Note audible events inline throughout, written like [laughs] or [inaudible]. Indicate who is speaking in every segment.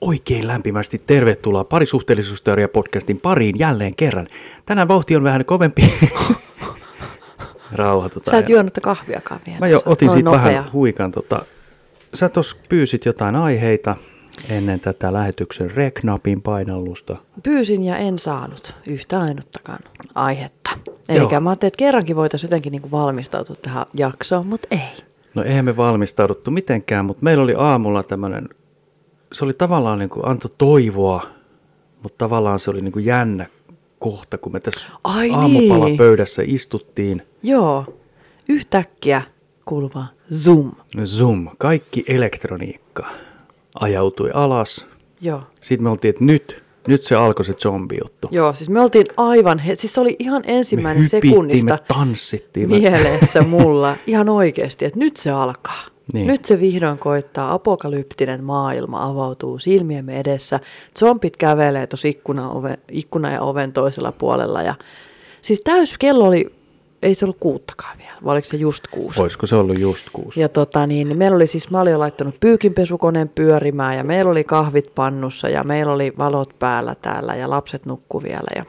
Speaker 1: Oikein lämpimästi tervetuloa Parisuhteellisuusteoria-podcastin pariin jälleen kerran. Tänään vauhti on vähän kovempi. Rauhoitutaan.
Speaker 2: Sä et juonut kahviakaan vielä. niin
Speaker 1: Mä jo
Speaker 2: Sä oot
Speaker 1: otin
Speaker 2: noin
Speaker 1: siitä
Speaker 2: nopea.
Speaker 1: vähän huikan. Tota, sä tuossa pyysit jotain aiheita ennen tätä lähetyksen reknapin painallusta.
Speaker 2: Pyysin ja en saanut yhtä ainuttakaan aihetta. Eli
Speaker 1: Joo.
Speaker 2: mä ajattelin, että kerrankin voitaisiin jotenkin niinku valmistautua tähän jaksoon, mutta ei.
Speaker 1: No eihän me valmistauduttu mitenkään, mutta meillä oli aamulla tämmöinen, se oli tavallaan niin kuin antoi toivoa, mutta tavallaan se oli niin kuin jännä kohta, kun me tässä
Speaker 2: Ai niin.
Speaker 1: aamupalapöydässä istuttiin.
Speaker 2: Joo, yhtäkkiä kuuluva Zoom.
Speaker 1: Zoom, kaikki elektroniikka ajautui alas.
Speaker 2: Joo.
Speaker 1: Sitten me oltiin, että nyt, nyt se alkoi se zombi-juttu.
Speaker 2: Joo, siis me oltiin aivan, he- siis se oli ihan ensimmäinen
Speaker 1: me hypittiin,
Speaker 2: sekunnista
Speaker 1: me tanssittiin. Me...
Speaker 2: mielessä mulla ihan oikeasti, että nyt se alkaa.
Speaker 1: Niin.
Speaker 2: Niin. Nyt se vihdoin koittaa, apokalyptinen maailma avautuu silmiemme edessä. Zombit kävelee tuossa ikkuna, ove, ikkuna ja oven toisella puolella. Ja, siis täys kello oli, ei se ollut kuuttakaan vielä, vai oliko se just kuusi?
Speaker 1: Olisiko se ollut just kuusi?
Speaker 2: Ja tota niin, niin meillä oli siis, mä olin jo laittanut pyykinpesukoneen pyörimään ja meillä oli kahvit pannussa ja meillä oli valot päällä täällä ja lapset nukku vielä ja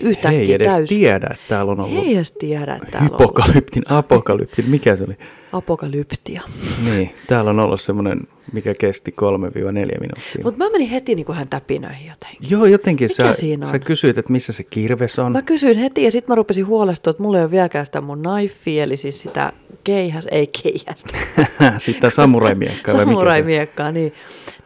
Speaker 2: yhtäkkiä
Speaker 1: Hei edes
Speaker 2: täys.
Speaker 1: tiedä, että täällä on ollut
Speaker 2: Ei edes tiedä, että täällä on ollut
Speaker 1: hypokalyptin, apokalyptin, mikä se oli?
Speaker 2: apokalyptia.
Speaker 1: Niin, täällä on ollut semmoinen, mikä kesti 3-4 minuuttia. Mut,
Speaker 2: Mutta mä menin heti niin kuin hän täpinöihin jotenkin.
Speaker 1: Joo, jotenkin
Speaker 2: Mikä
Speaker 1: sä,
Speaker 2: siinä on?
Speaker 1: sä kysyit, että missä se kirves on. [laughs]
Speaker 2: Mä kysyin heti ja sitten mä rupesin huolestua, että mulla ei ole vieläkään sitä mun knifea, eli siis sitä keihäs, ei keihästä.
Speaker 1: Sitä samuraimiekkaa. vai mikä se-
Speaker 2: Samuraimiekkaa, niin.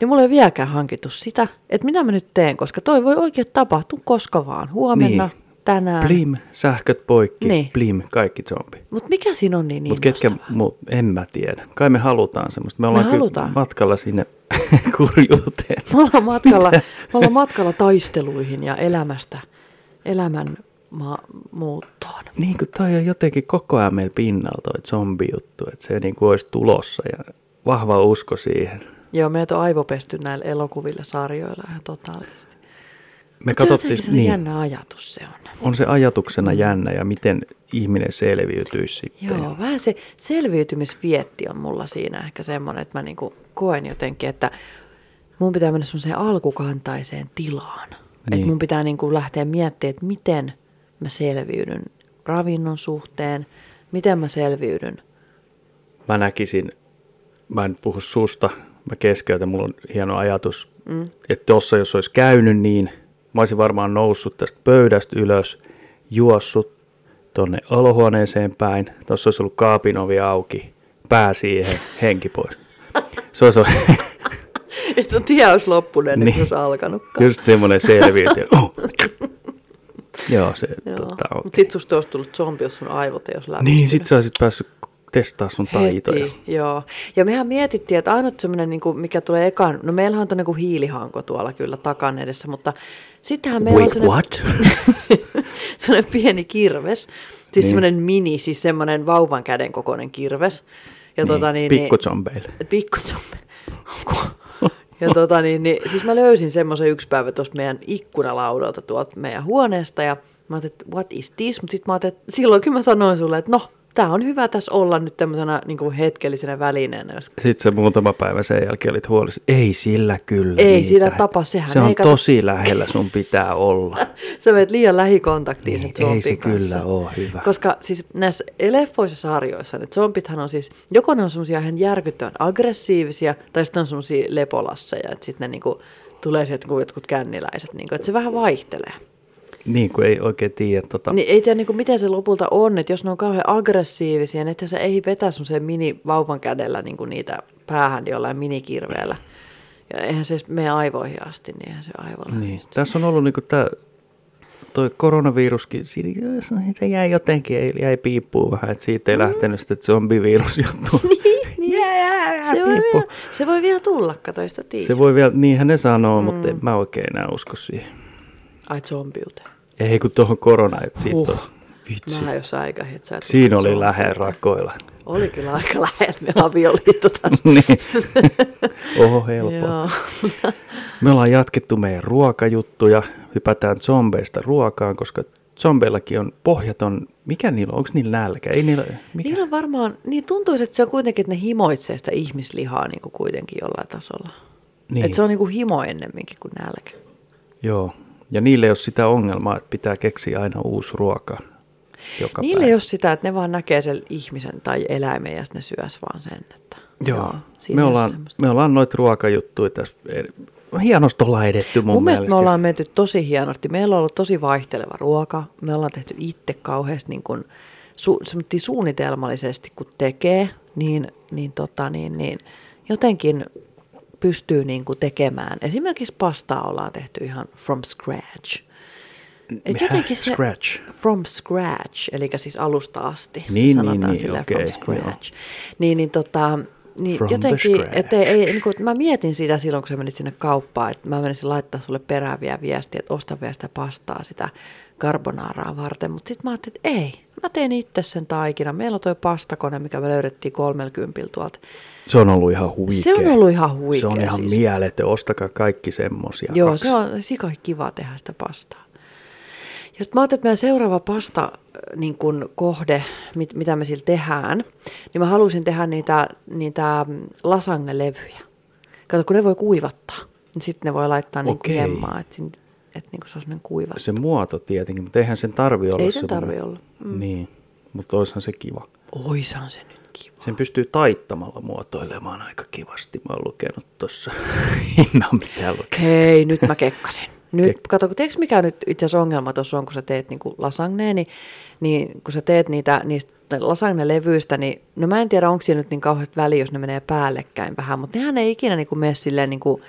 Speaker 2: Niin mulla ei ole vieläkään hankittu sitä, että mitä mä nyt teen, koska toi voi oikein tapahtua koska vaan. Huomenna,
Speaker 1: Niin.
Speaker 2: niin. tänään.
Speaker 1: Plim, sähköt poikki,
Speaker 2: Niin.
Speaker 1: plim, kaikki zombi.
Speaker 2: Mutta mikä siinä on niin
Speaker 1: Mutta ketkä,
Speaker 2: innostavaa? [laughs]
Speaker 1: mu, en mä tiedä. Kai me halutaan semmoista. Me ollaan kyllä
Speaker 2: halutaan.
Speaker 1: matkalla sinne [laughs] kurjuuteen.
Speaker 2: Me ollaan matkalla, me ollaan matkalla taisteluihin ja elämästä, elämän ma- muuttoon.
Speaker 1: Niin kuin toi on jotenkin koko ajan meillä pinnalla toi zombi-juttu, että se niin kuin olisi tulossa ja vahva usko siihen.
Speaker 2: Joo, meitä on aivopesty näillä elokuvilla, sarjoilla ihan totaalisesti.
Speaker 1: Me
Speaker 2: se
Speaker 1: katsottiin,
Speaker 2: jotenkin niin.
Speaker 1: niin,
Speaker 2: jännä ajatus se on.
Speaker 1: on se ajatuksena jännä ja miten ihminen selviytyisi sitten.
Speaker 2: Joo, vähän se selviytymisvietti on mulla siinä ehkä semmoinen, että mä niinku koen jotenkin, että mun pitää mennä semmoiseen alkukantaiseen tilaan. Niin.
Speaker 1: Niin.
Speaker 2: Että mun pitää niinku lähteä miettimään, että miten mä selviydyn ravinnon suhteen, miten mä selviydyn. [laughs]
Speaker 1: Mä näkisin, mä en puhu susta, mä keskeytän, mulla on hieno ajatus, mm. että tuossa jos olisi käynyt niin, mä olisin varmaan noussut tästä pöydästä ylös, juossut tonne olohuoneeseen päin, tuossa olisi ollut kaapin ovi auki, pää siihen, henki pois. Se olisi ollut [laughs]
Speaker 2: Että on tie olisi loppunut,
Speaker 1: Niin.
Speaker 2: niin. jos alkanutkaan.
Speaker 1: just semmoinen selviytyjä. Oh. Joo, se
Speaker 2: Joo.
Speaker 1: tota, on.
Speaker 2: Mut sit susta olisi tullut zombi, jos sun aivot ei olisi lämpistynyt.
Speaker 1: Niin, sit sä olisit päässyt testaa sun taitoja.
Speaker 2: Heti, joo. Ja mehän mietittiin, että ainut semmoinen, niin kuin, mikä tulee ekan, no meillähän on tuo niin hiilihanko tuolla kyllä takan edessä, mutta sittenhän meillä
Speaker 1: Wait,
Speaker 2: on semmoinen,
Speaker 1: what?
Speaker 2: [laughs] semmoinen pieni kirves, siis
Speaker 1: Niin.
Speaker 2: niin. semmoinen mini, siis semmoinen vauvan käden kokoinen kirves. Ja tota niin, niin-
Speaker 1: Pikkuzombeille.
Speaker 2: Pikkutommi. Ja tota niin, niin, siis mä löysin semmoisen yksi päivä tuosta meidän ikkunalaudalta tuolta meidän huoneesta ja mä ajattelin, että what is this? Mutta sitten mä ajattelin, että silloin kyllä mä sanoin sulle, että no, tää on hyvä tässä olla nyt tämmöisenä niin kuin hetkellisenä välineenä. Jos...
Speaker 1: Sitten se muutama päivä sen jälkeen olit huolissa. Ei sillä kyllä
Speaker 2: Ei
Speaker 1: niitä.
Speaker 2: sillä tapa, sehän
Speaker 1: Se on
Speaker 2: ei kato-
Speaker 1: tosi lähellä, sun pitää olla.
Speaker 2: Sä menet liian lähikontaktiin
Speaker 1: Niin,
Speaker 2: sen zombin
Speaker 1: ei se
Speaker 2: kanssa.
Speaker 1: kyllä oo hyvä.
Speaker 2: Koska siis näissä leffoissa sarjoissa ne zombithan on siis, joko ne on semmoisia ihan järkyttävän aggressiivisia, tai sitten on semmoisia lepolasseja, että sitten ne niinku, tulee sieltä kuin jotkut känniläiset, niinku, että se vähän vaihtelee.
Speaker 1: niin kuin ei oikein tiedä. Tota,
Speaker 2: Niin ei tiedä, niin kuin, miten se lopulta on, että jos ne on kauhean aggressiivisia, niin että se ei vetä semmoisen mini vauvan kädellä niin kuin niitä päähän jollain minikirveellä. Ja eihän se mene aivoihin asti, niin eihän se aivolla.
Speaker 1: niin. Tässä on ollut niinku tää, toi koronaviruskin, siinä- se jäi jotenkin, ei- jäi piippuun vähän, että siitä ei lähtenyt sitä zombivirusjuttua.
Speaker 2: Mm. [laughs] niin. Se, voi vielä, se voi vielä tulla, kato ei sitä tiedä. Se...
Speaker 1: Se voi vielä, niinhän ne sanoo, mm. mutta en mä oikein enää usko siihen.
Speaker 2: Ai zombiuteen.
Speaker 1: Ei kun tuohon korona, että siitä
Speaker 2: Huh.
Speaker 1: on. Vitsi.
Speaker 2: Mä jos aika että sä et
Speaker 1: Siinä
Speaker 2: usko
Speaker 1: oli
Speaker 2: zombiuteen.
Speaker 1: lähe rakoilla.
Speaker 2: Oli kyllä aika lähellä me avioliitto
Speaker 1: [laughs]
Speaker 2: [laughs] tässä.
Speaker 1: niin. Oho, helppoa. [laughs]
Speaker 2: Joo.
Speaker 1: Me ollaan jatkettu meidän ruokajuttuja, hypätään zombeista ruokaan, koska zombeillakin on pohjaton, mikä niillä on, onko niillä nälkä? Ei niillä, mikä?
Speaker 2: Niillä on varmaan, niin tuntuisi, että se on kuitenkin, että ne himoitsee sitä ihmislihaa niin kuin kuitenkin jollain niinku tasolla.
Speaker 1: Niin.
Speaker 2: Että se on niinku himo ennemminkin kuin nälkä.
Speaker 1: Joo. Ja niille ei ole sitä ongelmaa, että pitää keksiä aina uusi ruoka joka
Speaker 2: Niille
Speaker 1: päivä.
Speaker 2: ei ole sitä, että ne vaan näkee sen ihmisen tai eläimen ja sitten ne syös vaan sen. Että,
Speaker 1: Joo.
Speaker 2: siinä
Speaker 1: Me
Speaker 2: ei ole
Speaker 1: ollaan,
Speaker 2: semmoista.
Speaker 1: me ollaan noita ruokajuttuja tässä. eri- Hienosti ollaan edetty mun,
Speaker 2: Mun, Mun mielestä
Speaker 1: mielestä.
Speaker 2: me ollaan menty tosi hienosti. Meillä on ollut tosi vaihteleva ruoka. Me ollaan tehty itse kauheasti niin kun, su, semmoitti suunnitelmallisesti, kun tekee, niin, niin, tota, niin, niin jotenkin pystyy niin kuin tekemään. Esimerkiksi pastaa ollaan tehty ihan from scratch. Et
Speaker 1: Häh,
Speaker 2: jotenkin se,
Speaker 1: scratch.
Speaker 2: From scratch, eli siis alusta asti.
Speaker 1: Niin,
Speaker 2: sanotaan
Speaker 1: niin, niin,
Speaker 2: sillä
Speaker 1: okei,
Speaker 2: from scratch. Niin, niin tota, niin
Speaker 1: From the
Speaker 2: jotenkin,
Speaker 1: scratch.
Speaker 2: että ei, niin kuin, mä mietin sitä silloin, kun sä menit sinne kauppaan, että mä menisin laittaa sulle perään vielä viestiä, että osta vielä sitä pastaa sitä carbonaaraa varten, mutta sitten mä ajattelin, että ei, mä teen itse sen taikina. Meillä on toi pastakone, mikä me löydettiin 30 tuolta.
Speaker 1: Se on ollut ihan huikea.
Speaker 2: Se on ollut ihan huikea
Speaker 1: Se on ihan
Speaker 2: siis.
Speaker 1: mieletön. Ostakaa kaikki semmosia.
Speaker 2: Joo,
Speaker 1: kaksi.
Speaker 2: se on sika kiva tehdä sitä pastaa. Ja sitten mä ajattelin, että meidän seuraava pasta äh, niin kun kohde, mit, mitä me sillä tehdään, niin mä halusin tehdä niitä, niitä mm, lasagnelevyjä. Kato, kun ne voi kuivattaa, niin sitten ne voi laittaa niin
Speaker 1: Okei.
Speaker 2: jemmaa, että sin- että niin se on semmoinen kuiva.
Speaker 1: se muoto tietenkin, mutta eihän sen tarvi olla
Speaker 2: Ei sen
Speaker 1: semmoinen-
Speaker 2: tarvi olla. Mm.
Speaker 1: Niin, mutta oishan se kiva.
Speaker 2: Oishan se nyt kiva.
Speaker 1: Sen pystyy taittamalla muotoilemaan aika kivasti. Mä oon lukenut tuossa. [laughs] en oo mitään lukenut.
Speaker 2: Hei, nyt mä
Speaker 1: [laughs]
Speaker 2: kekkasin. Nyt, kato, kun tiedätkö mikä nyt itse asiassa ongelma tuossa on, kun sä teet niinku lasagneen, niin, niin kun sä teet niitä niistä lasagnelevyistä, niin no mä en tiedä, onko siinä nyt niin kauheasti väliä, jos ne menee päällekkäin vähän, mutta nehän ei ikinä niinku mene silleen niinku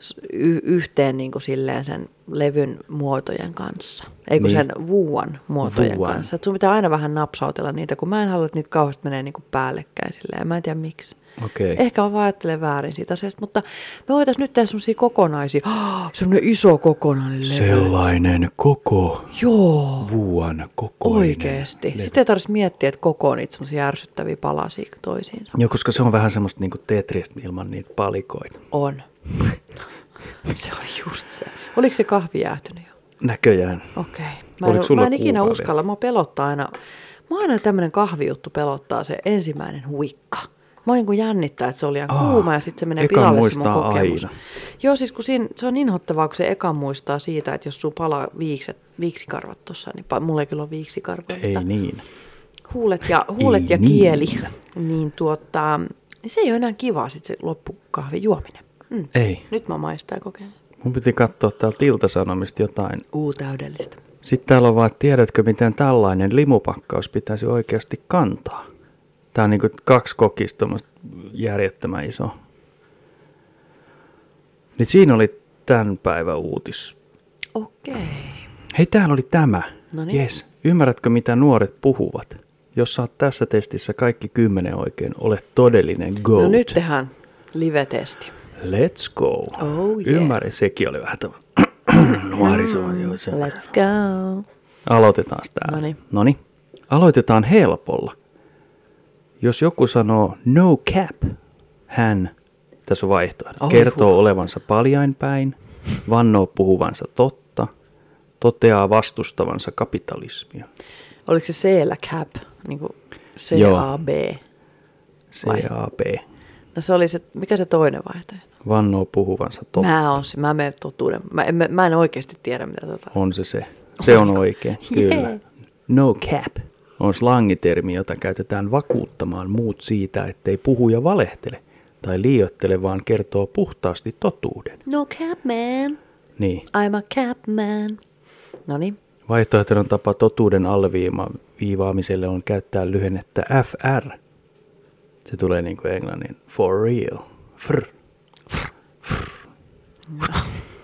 Speaker 2: s- y- yhteen niinku silleen sen levyn muotojen kanssa. Ei kun
Speaker 1: Niin.
Speaker 2: niin. sen vuuan muotojen
Speaker 1: Vuuan.
Speaker 2: vuuan. kanssa. Et sun pitää aina vähän napsautella niitä, kun mä en halua, että niitä kauheasti menee niinku päällekkäin silleen. Mä en tiedä miksi.
Speaker 1: Okei.
Speaker 2: Ehkä mä vaan ajattelen väärin siitä asiasta, mutta me voitaisiin nyt tehdä semmoisia kokonaisia. [gasps] Oh, semmoinen iso kokonainen levy.
Speaker 1: Sellainen koko
Speaker 2: Joo,
Speaker 1: vuon kokoinen.
Speaker 2: oikeesti.
Speaker 1: levy.
Speaker 2: Sitten ei tarvitsisi miettiä, että koko niitä semmoisia ärsyttäviä palasia toisiinsa.
Speaker 1: Joo, koska se on vähän semmoista niinku Tetristä ilman niitä palikoita. [laughs]
Speaker 2: On. se on just se. Oliko se kahvi jäähtynyt jo?
Speaker 1: Näköjään.
Speaker 2: Okei. Mä
Speaker 1: Oliko
Speaker 2: en,
Speaker 1: sulla
Speaker 2: mä en ikinä
Speaker 1: kuupaa
Speaker 2: uskalla. Mä pelottaa aina. Mä aina tämmöinen kahvijuttu pelottaa se ensimmäinen huikka. Mä oon niin jännittää, että se oli ihan
Speaker 1: Aa,
Speaker 2: kuuma ja sitten se menee
Speaker 1: ekan
Speaker 2: pilalle se mun
Speaker 1: Ah, muistaa
Speaker 2: kokemus.
Speaker 1: aina.
Speaker 2: Joo, siis kun siinä, se on inhottavaa, kun se eka muistaa siitä, että jos sun palaa viikset, viiksikarvat tuossa, niin pa- mulla ei kyllä ole viiksikarvoja.
Speaker 1: Ei
Speaker 2: mutta
Speaker 1: niin.
Speaker 2: Huulet ja, huulet ja
Speaker 1: niin.
Speaker 2: kieli, niin tuota, niin se ei ole enää kivaa sit se loppukahvi juominen. Mm.
Speaker 1: Ei.
Speaker 2: Nyt mä maistan ja kokeilen.
Speaker 1: Mun piti katsoa täältä iltasanomista jotain.
Speaker 2: Uu, täydellistä.
Speaker 1: Sitten täällä on vaan, että tiedätkö miten tällainen limupakkaus pitäisi oikeasti kantaa? Tää on niinku kaksi kokista tommoista järjettömän iso. Niin siinä oli tämän päivän uutis.
Speaker 2: Okei.
Speaker 1: Hei, täällä oli tämä.
Speaker 2: Noniin.
Speaker 1: Yes. Ymmärrätkö, mitä nuoret puhuvat? Jos saat tässä testissä kaikki kymmenen oikein, olet todellinen goat.
Speaker 2: No nyt tehdään live-testi.
Speaker 1: Let's go.
Speaker 2: Oh yeah. Mm.
Speaker 1: Ymmärrän, sekin oli vähän tämä [clears throat] nuoriso. joo, se-
Speaker 2: Let's go.
Speaker 1: Aloitetaan tää.
Speaker 2: Noniin.
Speaker 1: Noniin. Aloitetaan helpolla. Jos joku sanoo no cap, hän, tässä on vaihtoehto,
Speaker 2: Oi,
Speaker 1: kertoo olevansa paljainpäin, vannoo puhuvansa totta, toteaa vastustavansa kapitalismia.
Speaker 2: Oliko se C-llä cap? Niin kuin
Speaker 1: Joo.
Speaker 2: C-A-B. Vai?
Speaker 1: CAP,
Speaker 2: No se oli se, mikä se toinen vaihtoehto?
Speaker 1: vannoo puhuvansa totta.
Speaker 2: Mä, on, se- mä menen totuuden. Mä en, mä- mä en oikeasti tiedä, mitä tota.
Speaker 1: On se se. Se on oikein, kyllä.
Speaker 2: Jee.
Speaker 1: No cap on slangitermi, jota käytetään vakuuttamaan muut siitä, ettei puhuja valehtele tai liioittele, vaan kertoo puhtaasti totuuden.
Speaker 2: No cap man.
Speaker 1: Niin.
Speaker 2: I'm a cap man. No niin.
Speaker 1: Vaihtoehtoinen tapa totuuden alleviivaamiselle on käyttää lyhennettä FR. Se tulee niin kuin englannin for real. Fr.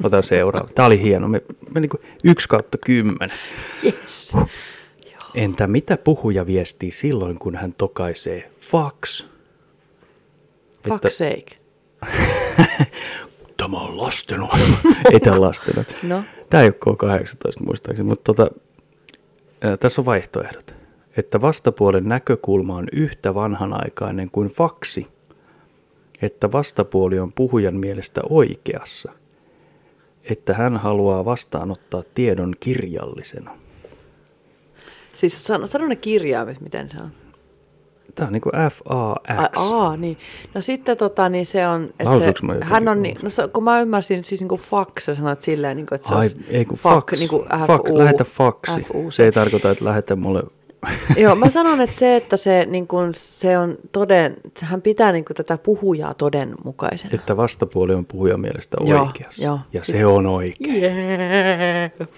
Speaker 1: Ota seuraava. Tämä oli hieno. Me, me niin kuin 1 kautta 10.
Speaker 2: [laughs] Yes.
Speaker 1: Entä mitä puhuja viestii silloin, kun hän tokaisee fax?
Speaker 2: Fuck
Speaker 1: Että-
Speaker 2: sake.
Speaker 1: Tämä on lastenohjelma. [laughs] ei tämä lastenohjelma.
Speaker 2: No.
Speaker 1: Tämä ei ole K-18 muistaakseni, mutta tota, ää, tässä on vaihtoehdot. Että vastapuolen näkökulma on yhtä vanhanaikainen kuin faksi. Että vastapuoli on puhujan mielestä oikeassa. Että hän haluaa vastaanottaa tiedon kirjallisena.
Speaker 2: Siis sano, sano ne kirjaimet, miten se on.
Speaker 1: Tämä on niin kuin
Speaker 2: Ai,
Speaker 1: F-A-X.
Speaker 2: aa, niin. No sitten tota, niin se on... että
Speaker 1: Lausuinko
Speaker 2: se,
Speaker 1: mä jotenkin
Speaker 2: hän on, niin, no, se, kun mä ymmärsin, siis niin kuin fuck, sä sanoit silleen, niin kuin, että se
Speaker 1: Ai,
Speaker 2: olisi
Speaker 1: ei kun fuck,
Speaker 2: niin kuin F,
Speaker 1: fuck,
Speaker 2: U,
Speaker 1: lähetä faksi.
Speaker 2: F, U,
Speaker 1: Se ei tarkoita, että lähetä mulle. [laughs]
Speaker 2: Joo, mä sanon, että se, että se, niin kuin, se on toden, että hän pitää niin kuin, tätä puhujaa todenmukaisena.
Speaker 1: Että vastapuoli on puhujan mielestä
Speaker 2: Joo,
Speaker 1: oikeassa.
Speaker 2: joo.
Speaker 1: Ja se on oikein.
Speaker 2: Yeah.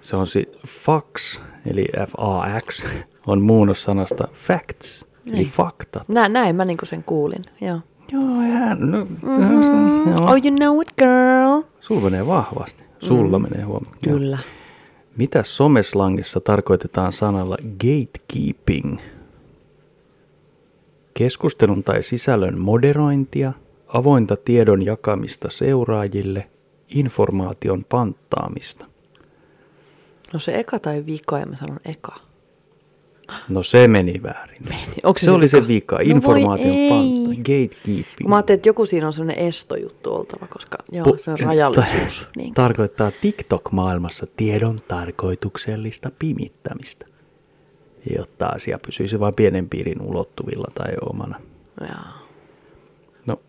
Speaker 1: Se on si fax, eli F-A-X, [laughs] on muunnos sanasta facts, eli
Speaker 2: Niin.
Speaker 1: faktat.
Speaker 2: Nä, näin mä niin kuin sen kuulin, joo.
Speaker 1: Joo, ihan, no, mm-hmm. joo.
Speaker 2: Oh, you know it, girl.
Speaker 1: Sulla menee vahvasti. Sulla menee huomattavasti. Joo.
Speaker 2: Mm. Kyllä.
Speaker 1: Mitä someslangissa tarkoitetaan sanalla gatekeeping? Keskustelun tai sisällön moderointia, avointa tiedon jakamista seuraajille, informaation panttaamista.
Speaker 2: No se eka tai vika, ja mä sanon eka.
Speaker 1: No se meni väärin.
Speaker 2: Onko
Speaker 1: Se oli se vika.
Speaker 2: No voi
Speaker 1: Informaation
Speaker 2: ei.
Speaker 1: pantta, gatekeeping.
Speaker 2: Kun mä ajattelin, että joku siinä on sellainen estojuttu oltava, koska joo,
Speaker 1: Pu-
Speaker 2: se on
Speaker 1: [laughs]
Speaker 2: rajallisuus.
Speaker 1: Ta-
Speaker 2: Niin.
Speaker 1: Tarkoittaa TikTok-maailmassa tiedon tarkoituksellista pimittämistä, jotta asia pysyisi vain pienen piirin ulottuvilla tai omana.
Speaker 2: Jaa.
Speaker 1: No,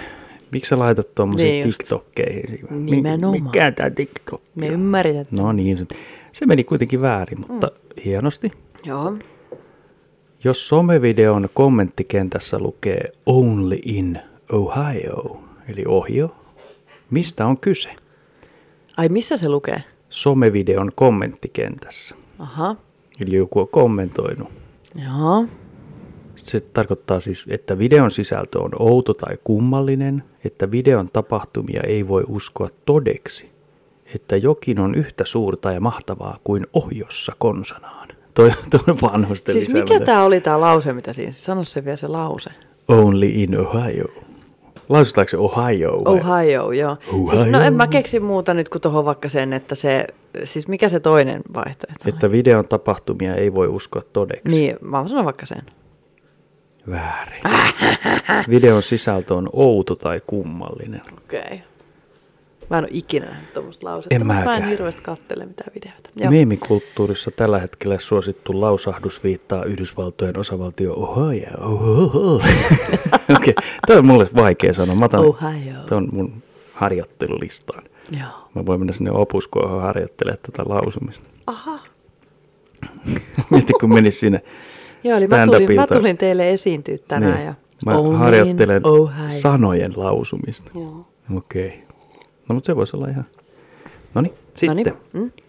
Speaker 1: [sighs] miksi sä laitat tuommoisiin
Speaker 2: Niin
Speaker 1: niin
Speaker 2: just.
Speaker 1: TikTokkeihin? Mi-
Speaker 2: Nimenomaan.
Speaker 1: Mikä tämä TikTok?
Speaker 2: Me ymmärretään.
Speaker 1: No niin, se- se meni kuitenkin väärin, mutta mm. hienosti.
Speaker 2: Joo.
Speaker 1: Jos somevideon kommenttikentässä lukee Only in Ohio, eli Ohio, mistä on kyse?
Speaker 2: Ai missä se lukee?
Speaker 1: Somevideon kommenttikentässä.
Speaker 2: Aha.
Speaker 1: Eli joku on kommentoinut.
Speaker 2: Joo.
Speaker 1: Se tarkoittaa siis, että videon sisältö on outo tai kummallinen, että videon tapahtumia ei voi uskoa todeksi, että jokin on yhtä suurta ja mahtavaa kuin ohjossa konsanaan. Toi, toi on vanhusten
Speaker 2: Siis mikä
Speaker 1: lisääminen.
Speaker 2: tämä oli tämä lause, mitä siinä? Sano se vielä se lause.
Speaker 1: Only in Ohio. Lausutaanko se Ohio? vai-
Speaker 2: Ohio, joo. Siis, no
Speaker 1: Ohio.
Speaker 2: en mä keksi muuta nyt kuin tuohon vaikka sen, että se, siis mikä se toinen vaihtoehto on?
Speaker 1: Että videon tapahtumia ei voi uskoa todeksi.
Speaker 2: Niin, mä sanon vaikka sen.
Speaker 1: Väärin. Videon sisältö on outo tai kummallinen.
Speaker 2: Okei. Okay. Mä en ole ikinä nähnyt tuommoista lausetta,
Speaker 1: En
Speaker 2: mutta mä en
Speaker 1: mäkään. Niin,
Speaker 2: hirveästi kattele mitään videoita. Joo.
Speaker 1: Joo. Meemikulttuurissa tällä hetkellä suosittu lausahdus viittaa Yhdysvaltojen osavaltio Ohio. [laughs] Ohoho. okay. Tämä on mulle vaikea sanoa. Mä otan,
Speaker 2: Ohio.
Speaker 1: Tämä on mun harjoittelulistaan.
Speaker 2: Joo.
Speaker 1: Mä voin mennä sinne opuskoon harjoittelemaan tätä lausumista. [laughs]
Speaker 2: Aha.
Speaker 1: Mieti, kun menis sinne
Speaker 2: Joo, eli mä tulin,
Speaker 1: stand-upilta.
Speaker 2: mä tulin teille esiintyä tänään.
Speaker 1: Niin.
Speaker 2: Ja
Speaker 1: Mä
Speaker 2: Onin
Speaker 1: harjoittelen
Speaker 2: Ohio.
Speaker 1: sanojen lausumista.
Speaker 2: Joo.
Speaker 1: Okei. Okay. No mutta se voisi olla ihan... No niin, sitten.
Speaker 2: Noniin. Mm?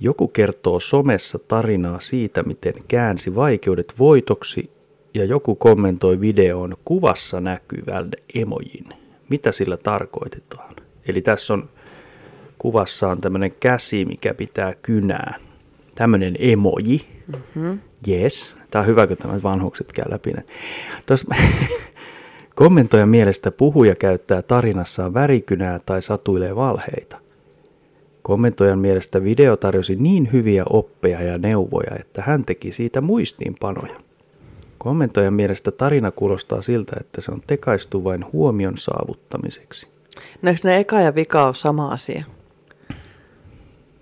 Speaker 1: Joku kertoo somessa tarinaa siitä, miten käänsi vaikeudet voitoksi, ja joku kommentoi videoon kuvassa näkyvän emojin. Mitä sillä tarkoitetaan? Eli tässä on kuvassa on tämmöinen käsi, mikä pitää kynää. Tämmöinen emoji. Mm-hmm. Yes. Tämä on hyvä, kun tämä vanhukset käy läpi. ne. Tuossa, [laughs] kommentoijan mielestä puhuja käyttää tarinassaan värikynää tai satuilee valheita. Kommentoijan mielestä video tarjosi niin hyviä oppeja ja neuvoja, että hän teki siitä muistiinpanoja. Kommentoijan mielestä tarina kuulostaa siltä, että se on tekaistu vain huomion saavuttamiseksi.
Speaker 2: No eikö ne eka ja vika ole sama asia?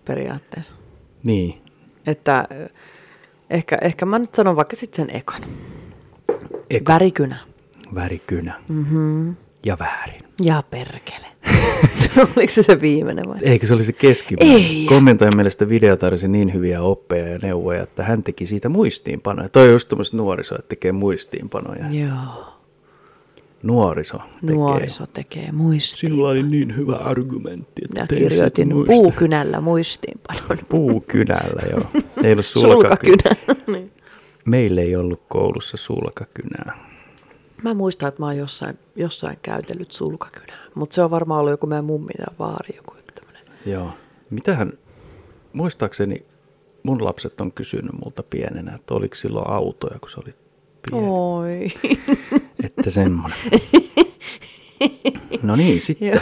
Speaker 2: Periaatteessa.
Speaker 1: Niin,
Speaker 2: Että eh, ehkä, ehkä mä nyt sanon vaikka sitten sen ekan.
Speaker 1: Eka.
Speaker 2: Värikynä.
Speaker 1: värikynä mm-hmm. ja väärin.
Speaker 2: Ja
Speaker 1: [laughs]
Speaker 2: perkele. Oliko se se viimeinen vai?
Speaker 1: Eikö se olisi keskimäärin?
Speaker 2: Ei.
Speaker 1: Kommentoijan mielestä video tarjosi niin hyviä oppeja ja neuvoja, että hän teki siitä muistiinpanoja. Toi on just tämmöistä nuoriso, että tekee muistiinpanoja.
Speaker 2: Joo.
Speaker 1: Nuoriso tekee.
Speaker 2: Nuoriso tekee muistiin.
Speaker 1: Sinulla oli niin hyvä argumentti, että
Speaker 2: Ja
Speaker 1: tein siitä
Speaker 2: kirjoitin
Speaker 1: muistiin.
Speaker 2: puukynällä muistiinpanon.
Speaker 1: Puukynällä,
Speaker 2: [laughs]
Speaker 1: joo. Ei ollut sulkakynä.
Speaker 2: Sulkakynä. [laughs] niin.
Speaker 1: Meillä ei ollut koulussa sulkakynää.
Speaker 2: Mä muistan, että mä oon jossain, jossain käytellyt sulkakynää, mutta se on varmaan ollut joku meidän mummi tai vaari joku tämmönen.
Speaker 1: Joo. Mitähän, muistaakseni mun lapset on kysynyt multa pienenä, että oliko silloin autoja, kun se oli pieni. Oh.
Speaker 2: Oi.
Speaker 1: Että
Speaker 2: [laughs]
Speaker 1: semmoinen. No niin, sitten.
Speaker 2: Joo.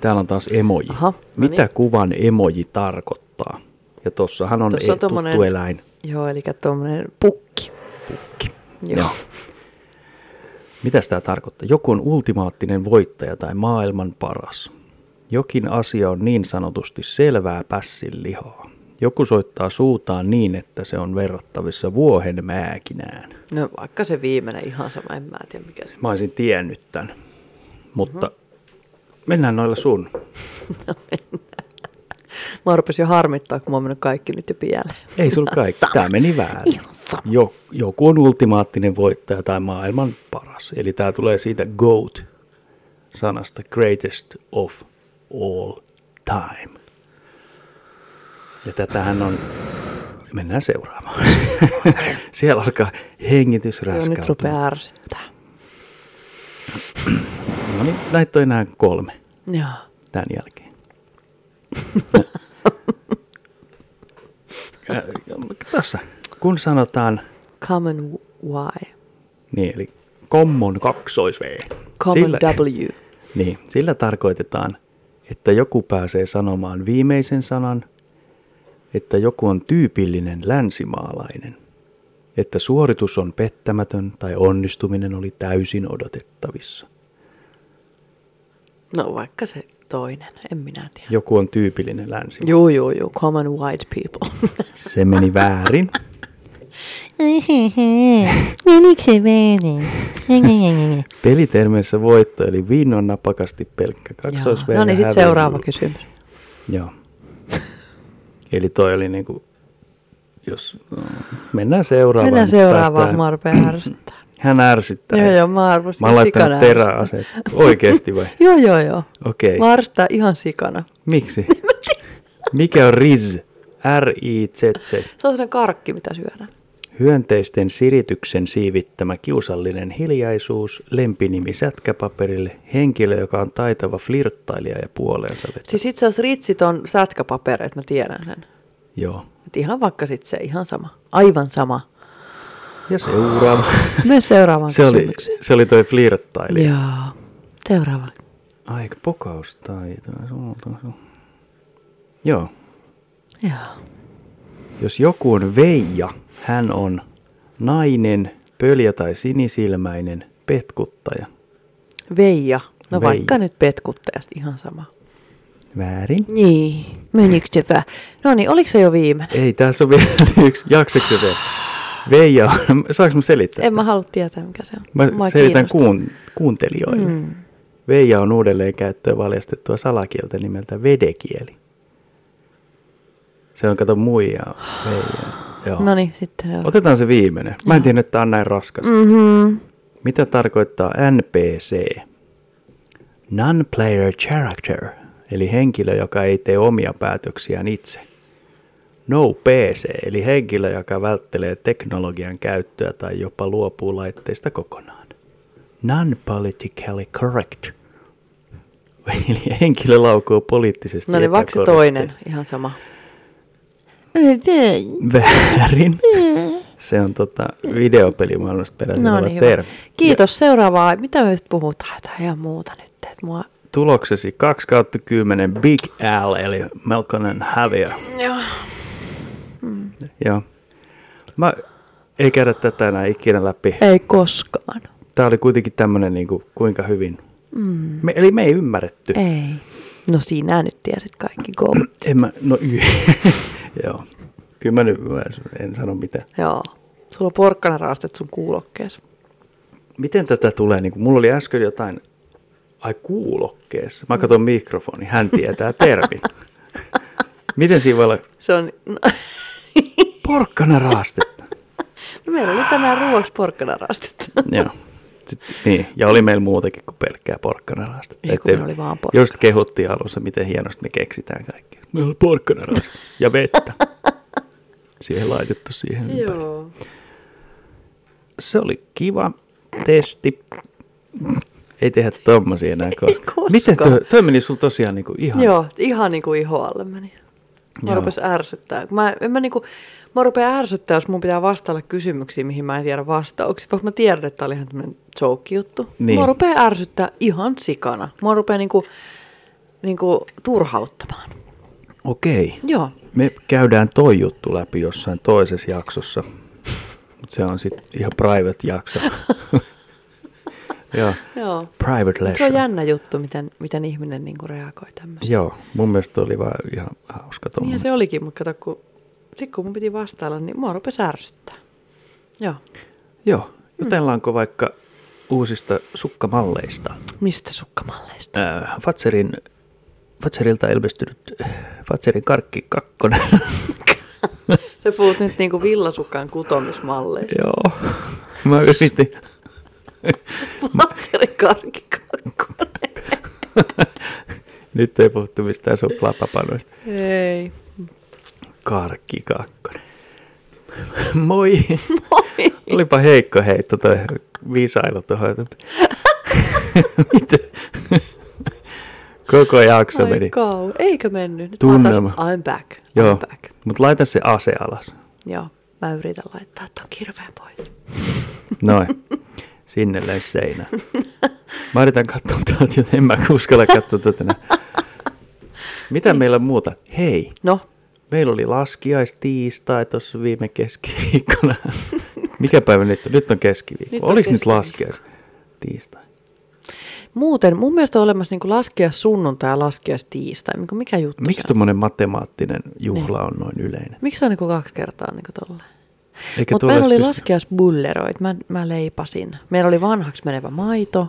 Speaker 1: Täällä on taas emoji.
Speaker 2: Aha, no
Speaker 1: Mitä kuvan emoji tarkoittaa? Ja tossahan on,
Speaker 2: Tossa on
Speaker 1: ei, tuttu
Speaker 2: tommonen-
Speaker 1: eläin.
Speaker 2: Joo, eli tuommoinen pukki. Joo.
Speaker 1: Joo. Mitä tämä tarkoittaa? Joku on ultimaattinen voittaja tai maailman paras. Jokin asia on niin sanotusti selvää pässin lihaa. Joku soittaa suutaan niin, että se on verrattavissa vuohen määkinään.
Speaker 2: No vaikka se viimeinen ihan sama, en mä tiedä mikä se
Speaker 1: Mä olisin tiennyt tämän. Mutta mennään noilla sun.
Speaker 2: Mä rupesin jo harmittaa, kun mä oon mennyt kaikki nyt jo pieleen.
Speaker 1: Ei sul
Speaker 2: Ihan
Speaker 1: kaikki.
Speaker 2: sama.
Speaker 1: Tämä meni väärin.
Speaker 2: Ihan sama.
Speaker 1: Jo, joku on ultimaattinen voittaja tai maailman paras. Eli tämä tulee siitä GOAT-sanasta, greatest of all time. Ja tätähän on, mennään seuraamaan. [laughs] Siellä alkaa hengitys
Speaker 2: Joo, nyt
Speaker 1: raskautua.
Speaker 2: rupeaa ärsyttää.
Speaker 1: No niin, näitä on enää kolme
Speaker 2: Joo.
Speaker 1: tämän
Speaker 2: [laughs]
Speaker 1: jälkeen. No. Ä, Tässä, kun sanotaan
Speaker 2: Common Y.
Speaker 1: Niin, eli common kaksois V.
Speaker 2: Common W.
Speaker 1: Niin, sillä tarkoitetaan, että joku pääsee sanomaan viimeisen sanan, että joku on tyypillinen länsimaalainen, että suoritus on pettämätön tai onnistuminen oli täysin odotettavissa.
Speaker 2: No vaikka se toinen, en minä tiedä.
Speaker 1: Joku on tyypillinen länsimaalainen.
Speaker 2: Joo, joo, joo. Common white people.
Speaker 1: Se meni
Speaker 2: [laughs]
Speaker 1: väärin.
Speaker 3: Menikö se väärin?
Speaker 1: [laughs] Pelitermeissä voitto, eli viin on napakasti pelkkä kaksois V.
Speaker 2: Joo. No niin,
Speaker 1: ja
Speaker 2: sitten seuraava
Speaker 1: häviää.
Speaker 2: kysymys.
Speaker 1: Joo. Eli toi oli niinku, jos no, mennään seuraavaan.
Speaker 2: Mennään
Speaker 1: nyt
Speaker 2: seuraavaan,
Speaker 1: päästään-
Speaker 2: kun mä rupean ärsyttää.
Speaker 1: Hän ärsyttää.
Speaker 2: joo, joo, mä arvasin.
Speaker 1: Mä oon laittanut
Speaker 2: sikana
Speaker 1: teräaseet. Oikeesti
Speaker 2: [laughs]
Speaker 1: vai?
Speaker 2: Joo, joo, joo.
Speaker 1: Okei.
Speaker 2: Mä ärsyttää ihan sikana.
Speaker 1: Miksi? Mikä on riz? R-I-Z-Z.
Speaker 2: Se on sellainen karkki, mitä syödään.
Speaker 1: Hyönteisten sirityksen siivittämä kiusallinen hiljaisuus, lempinimi sätkäpaperille, henkilö, joka on taitava flirttailija ja puoleensa vetä.
Speaker 2: Siis itse asiassa ritsit on sätkäpapereet, mä tiedän sen.
Speaker 1: Joo.
Speaker 2: Et ihan vaikka sit se ihan sama. Aivan
Speaker 1: [laughs]
Speaker 2: sama.
Speaker 1: Ja seuraava.
Speaker 2: Mene seuraavaan
Speaker 1: se, oli,
Speaker 2: kysymykseen.
Speaker 1: se oli toi flirttailija.
Speaker 2: Joo. Seuraava.
Speaker 1: Aika pokaustaito. sulta su- Joo.
Speaker 2: Joo.
Speaker 1: Jos joku on veija, hän on nainen, pöljä tai sinisilmäinen, petkuttaja.
Speaker 2: Veija. No
Speaker 1: Veija.
Speaker 2: vaikka nyt petkuttajasta ihan sama.
Speaker 1: Väärin.
Speaker 2: Niin. Menikö se vä? No niin, oliko se jo viimeinen?
Speaker 1: Ei, tässä on vielä [laughs] yksi jakseksi vielä. Veija, on- saanko mä selittää?
Speaker 2: En
Speaker 1: sitä?
Speaker 2: mä halua tietää, mikä se on.
Speaker 1: mä
Speaker 2: Mua
Speaker 1: selitän
Speaker 2: kiinnostaa.
Speaker 1: kuun, kuuntelijoille. Mm. Veija on uudelleen käyttöön valjastettua salakieltä nimeltä vedekieli. Se on, kato, muija on Veija. Joo.
Speaker 2: No niin, sitten seuraava.
Speaker 1: Otetaan se viimeinen. Mä en tiedä, että tämä on näin raskas.
Speaker 2: Mm-hmm.
Speaker 1: Mitä tarkoittaa NPC? Non-player character, eli henkilö, joka ei tee omia päätöksiään itse. No PC, eli henkilö, joka välttelee teknologian käyttöä tai jopa luopuu laitteista kokonaan. Non-politically correct, [laughs] eli henkilö laukoo poliittisesti
Speaker 2: No niin, vaikka se
Speaker 1: epäkorrekti.
Speaker 2: toinen, ihan sama.
Speaker 1: Väärin. Se on tota videopelimaailmasta peräisin
Speaker 2: Mm. No
Speaker 1: oleva
Speaker 2: niin, hyvä.
Speaker 1: termi.
Speaker 2: Kiitos, seuraavaa. Mitä me nyt puhutaan? Jotain ihan muuta nyt. Et mua...
Speaker 1: tuloksesi 2 kautta 10 Big L, eli melkoinen häviö.
Speaker 2: Joo.
Speaker 1: Joo. Mä ei käydä tätä enää ikinä läpi.
Speaker 2: Ei koskaan.
Speaker 1: Tämä oli kuitenkin tämmöinen, niin kuin, kuinka hyvin. Mm. Me, eli me ei ymmärretty.
Speaker 2: Ei. No sinä nyt tiesit kaikki go.
Speaker 1: En mä, no y- [laughs] Joo. Kyllä mä nyt en sano mitään.
Speaker 2: Joo. Sulla on porkkana raastet sun kuulokkeessa.
Speaker 1: Miten tätä tulee? Niin kuin, mulla oli äsken jotain, ai kuulokkeessa. Mä katson mikrofoni, hän tietää
Speaker 2: [laughs]
Speaker 1: termit. Miten siinä voi olla
Speaker 2: Se on... [laughs] No,
Speaker 1: porkkana
Speaker 2: [laughs]
Speaker 1: raastetta?
Speaker 2: meillä oli tänään ruoaksi porkkana raastetta.
Speaker 1: Joo. Sitten, niin, ja oli meillä muutakin kuin pelkkää porkkanarasta.
Speaker 2: Ei, kun
Speaker 1: Ettei-
Speaker 2: meillä oli vaan
Speaker 1: Just kehuttiin alussa, miten hienosti me keksitään kaikkea. Meillä on porkkanarasta. Ja vettä. siihen laitettu siihen ympärille. Se oli kiva testi. Ei tehdä tommosia enää koskaan.
Speaker 2: koskaan.
Speaker 1: Miten toi, toi meni sulla tosiaan niinku ihan...
Speaker 2: Joo, ihan niin kuin ihoalle meni. Mä
Speaker 1: Joo.
Speaker 2: rupesin ärsyttää. Kun Mä, en mä, niinku, mä rupean ärsyttää, jos mun pitää vastailla kysymyksiin, mihin mä en tiedä vastauksia. Vaikka mä tiedän, että tää oli ihan tämmönen joke-juttu.
Speaker 1: Niin.
Speaker 2: Mä rupean ärsyttää ihan sikana. Mä rupean niinku, niinku turhauttamaan.
Speaker 1: Okei.
Speaker 2: Joo.
Speaker 1: Me käydään toi juttu läpi jossain toisessa jaksossa, mutta se on sitten ihan private jakso. Joo.
Speaker 2: Joo.
Speaker 1: Private
Speaker 2: Mut Se on
Speaker 1: lesson.
Speaker 2: jännä juttu, miten, miten ihminen niinku reagoi tämmöiseen.
Speaker 1: Joo, mun mielestä oli vaan ihan hauska
Speaker 2: Niin
Speaker 1: tuommoinen.
Speaker 2: se olikin, mutta kato, kun sitten kun mun piti vastailla, niin mua rupesi ärsyttää. Joo.
Speaker 1: Joo,
Speaker 2: Mm.
Speaker 1: jutellaanko vaikka uusista sukkamalleista?
Speaker 2: Mistä sukkamalleista?
Speaker 1: Äh, Fatserin, Fatserilta ilmestynyt äh, Fatserin karkki kakkonen. [laughs]
Speaker 2: Sä puhut nyt niinku villasukkaan kutomismalleista.
Speaker 1: Joo, mä yritin.
Speaker 2: [laughs] Panssarikarki kakkonen.
Speaker 1: Nyt ei puhuttu mistään suklaapapanoista.
Speaker 2: Ei.
Speaker 1: Karkki kakkonen. [laughs] Moi!
Speaker 2: Moi.
Speaker 1: Olipa heikko heitto toi viisailu tuohon. Mitä? [laughs] Koko jakso
Speaker 2: Ai
Speaker 1: meni.
Speaker 2: kau. Eikö mennyt? Nyt mä oon
Speaker 1: Tunnelma.
Speaker 2: Taas, I'm back.
Speaker 1: Joo,
Speaker 2: I'm back.
Speaker 1: mutta laita se ase alas.
Speaker 2: Joo. Mä yritän laittaa ton kirveen pois.
Speaker 1: Noin. Sinne lähes seinään. Mä yritän katsoa täältä, joten en mä uskalla katsoa tätä. enää. Mitä meillä on muuta? Hei,
Speaker 2: No,
Speaker 1: meillä oli laskiaistiistai tuossa viime keskiviikkona. [laughs] Mikä päivä nyt on? Nyt on keskiviikko.
Speaker 2: Nyt
Speaker 1: Nyt
Speaker 2: on
Speaker 1: on Oliko nyt
Speaker 2: keskiviikko. No
Speaker 1: laskiais? Tiistai.
Speaker 2: muuten mun mielestä on olemassa niinku laskea sunnuntai ja laskea tiistai. Niinku Mikä juttu
Speaker 1: Miksi
Speaker 2: se on?
Speaker 1: tuommoinen matemaattinen juhla
Speaker 2: Niin.
Speaker 1: on noin yleinen?
Speaker 2: Miksi se on niinku kaksi kertaa niinku tolleen?
Speaker 1: Eikä
Speaker 2: Mutta
Speaker 1: tuolla edes
Speaker 2: meillä oli
Speaker 1: pysty-
Speaker 2: laskias bulleroit, mä, mä leipasin. Meillä oli vanhaksi menevä maito,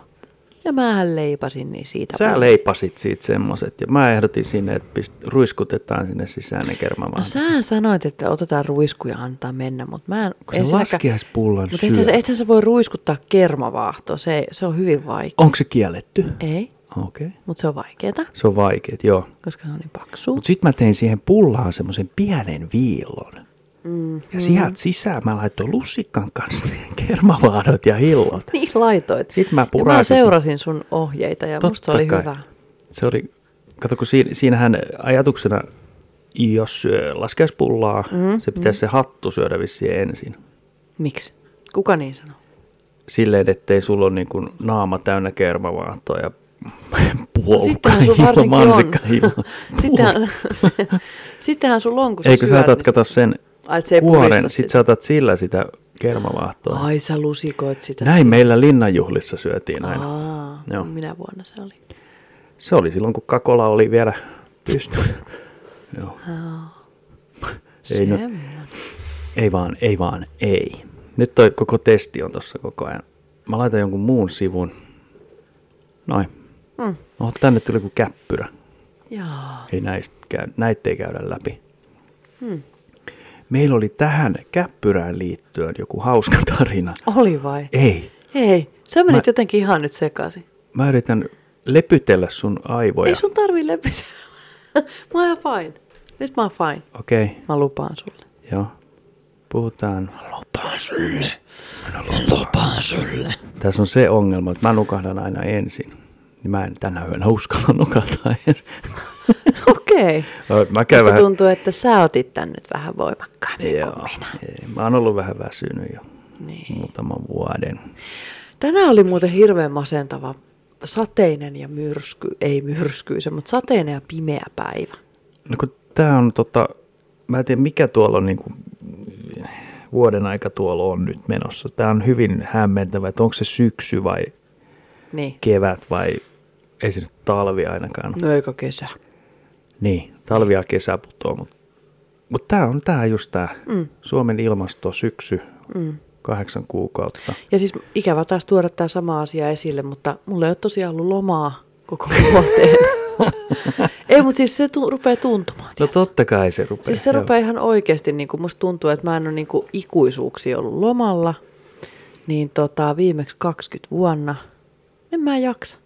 Speaker 2: ja mähän leipasin, niin siitä...
Speaker 1: Sä
Speaker 2: puhuin.
Speaker 1: leipasit siitä semmoset ja mä ehdotin sinne, että pist, ruiskutetaan sinne sisään ne kermavahdot.
Speaker 2: No sä sanoit, että otetaan ruisku ja antaa mennä, mutta mä en...
Speaker 1: Kun se laskiaispullan
Speaker 2: Mutta eihän, se-
Speaker 1: syö.
Speaker 2: eihän se voi ruiskuttaa kermavaahtoa, se, se on hyvin vaikea.
Speaker 1: Onko se kielletty?
Speaker 2: Ei,
Speaker 1: Okei. Okay.
Speaker 2: mutta se on vaikeeta,
Speaker 1: Se on vaikeet, joo.
Speaker 2: koska se on niin
Speaker 1: [laughs]
Speaker 2: paksu.
Speaker 1: Mutta sitten mä tein siihen pullaan semmoisen pienen viilon.
Speaker 2: Mm-hmm.
Speaker 1: Mm, ja sieltä sisään mä laitoin lusikan kanssa [laughs] ne kermavaadot ja hillot.
Speaker 2: Niin laitoit.
Speaker 1: Sitten mä
Speaker 2: ja mä
Speaker 1: puraisin sen.
Speaker 2: seurasin sun ohjeita ja musta se oli
Speaker 1: kai.
Speaker 2: hyvä.
Speaker 1: Se oli, kato kun siinä, siinähän ajatuksena, jos syö laskeuspullaa,
Speaker 2: Mhm,
Speaker 1: mm, se pitäisi mm. se hattu syödä vissiin ensin.
Speaker 2: Miksi? Kuka niin sanoo?
Speaker 1: Silleen, ettei sulla ole niin kuin naama täynnä kermavaahtoa ja [laughs] puolukka
Speaker 2: Sittenhän sun
Speaker 1: hilo,
Speaker 2: varsinkin on.
Speaker 1: mansikka hilo.
Speaker 2: [laughs] Sittenhän, se, sittenhän sun lonkussa
Speaker 1: Eikö sä
Speaker 2: syöt,
Speaker 1: otat,
Speaker 2: niin-
Speaker 1: kato sen
Speaker 2: Ai, et se ei purista
Speaker 1: kuoren,
Speaker 2: sitä.
Speaker 1: sit sä otat sillä sitä kermavaahtoa.
Speaker 2: Ai sä lusikoit sitä.
Speaker 1: Näin meillä linnanjuhlissa syötiin aina.
Speaker 2: Aa,
Speaker 1: Joo.
Speaker 2: minä vuonna se oli.
Speaker 1: Se oli silloin, kun Kakola oli vielä pystynyt.
Speaker 2: [laughs]
Speaker 1: Joo. ei, no,
Speaker 2: Semmoinen.
Speaker 1: ei vaan, ei vaan, ei. Nyt toi koko testi on tossa koko ajan. Mä laitan jonkun muun sivun. Noin.
Speaker 2: Mm.
Speaker 1: Oho, tänne tuli kuin käppyrä.
Speaker 2: Joo.
Speaker 1: Ei näistä käy, näitä ei käydä läpi. Hmm. Meillä oli tähän käppyrään liittyen joku hauska tarina.
Speaker 2: Oli vai?
Speaker 1: Ei.
Speaker 2: Ei. Sä menit
Speaker 1: Eh. Mä-
Speaker 2: jotenkin ihan nyt sekaisin.
Speaker 1: Mä yritän lepytellä sun aivoja.
Speaker 2: Ei sun tarvii lepitä. [laughs] mä oon ihan fine. Nyt mä oon fine.
Speaker 1: Okei, okay,
Speaker 2: Mä lupaan sulle.
Speaker 1: joo. Puhutaan.
Speaker 2: Lupaan sulle. Lupaan sulle.
Speaker 1: Tässä on se ongelma, että mä nukahdan aina ensin. Niin Mä en tänä yönä uskalla nukahtaa ensin.
Speaker 2: [laughs] Okei. Okay.
Speaker 1: Ö, Mä käyn
Speaker 2: Musta
Speaker 1: vähän...
Speaker 2: tuntuu, että sä otit tän nyt vähän voimakkaammin kuin
Speaker 1: Joo,
Speaker 2: minä.
Speaker 1: ei, mä oon ollut vähän väsynyt jo
Speaker 2: Niin.
Speaker 1: muutaman vuoden.
Speaker 2: Tänään oli muuten hirveän masentava sateinen ja myrsky, ei myrskyisen, mutta sateinen ja pimeä päivä.
Speaker 1: No kun tää on tota... Mä en tiedä mikä tuolla on niinku... Vuoden aika tuolla on nyt menossa. Tää on hyvin hämmentävä, että onko se syksy vai
Speaker 2: Niin.
Speaker 1: kevät vai... Ei se nyt talvi ainakaan.
Speaker 2: No eikö kesä?
Speaker 1: Niin, talvi ja kesä putoo, mutta mut tämä on tämä just tämä mm. Suomen ilmasto, syksy, mm. kahdeksan kuukautta.
Speaker 2: Ja siis ikävä taas tuoda tämä sama asia esille, mutta mulla ei ole tosiaan ollut lomaa koko
Speaker 1: [laughs]
Speaker 2: vuoteen. ei, mutta siis se tu- rupeaa tuntumaan.
Speaker 1: No
Speaker 2: tiedätkö?
Speaker 1: totta kai se rupeaa.
Speaker 2: Siis se rupeaa ihan oikeasti, niin kuin musta tuntuu, että mä en ole niin kuin ikuisuuksia ollut lomalla, niin tota, viimeksi 20 vuonna, en mä jaksa.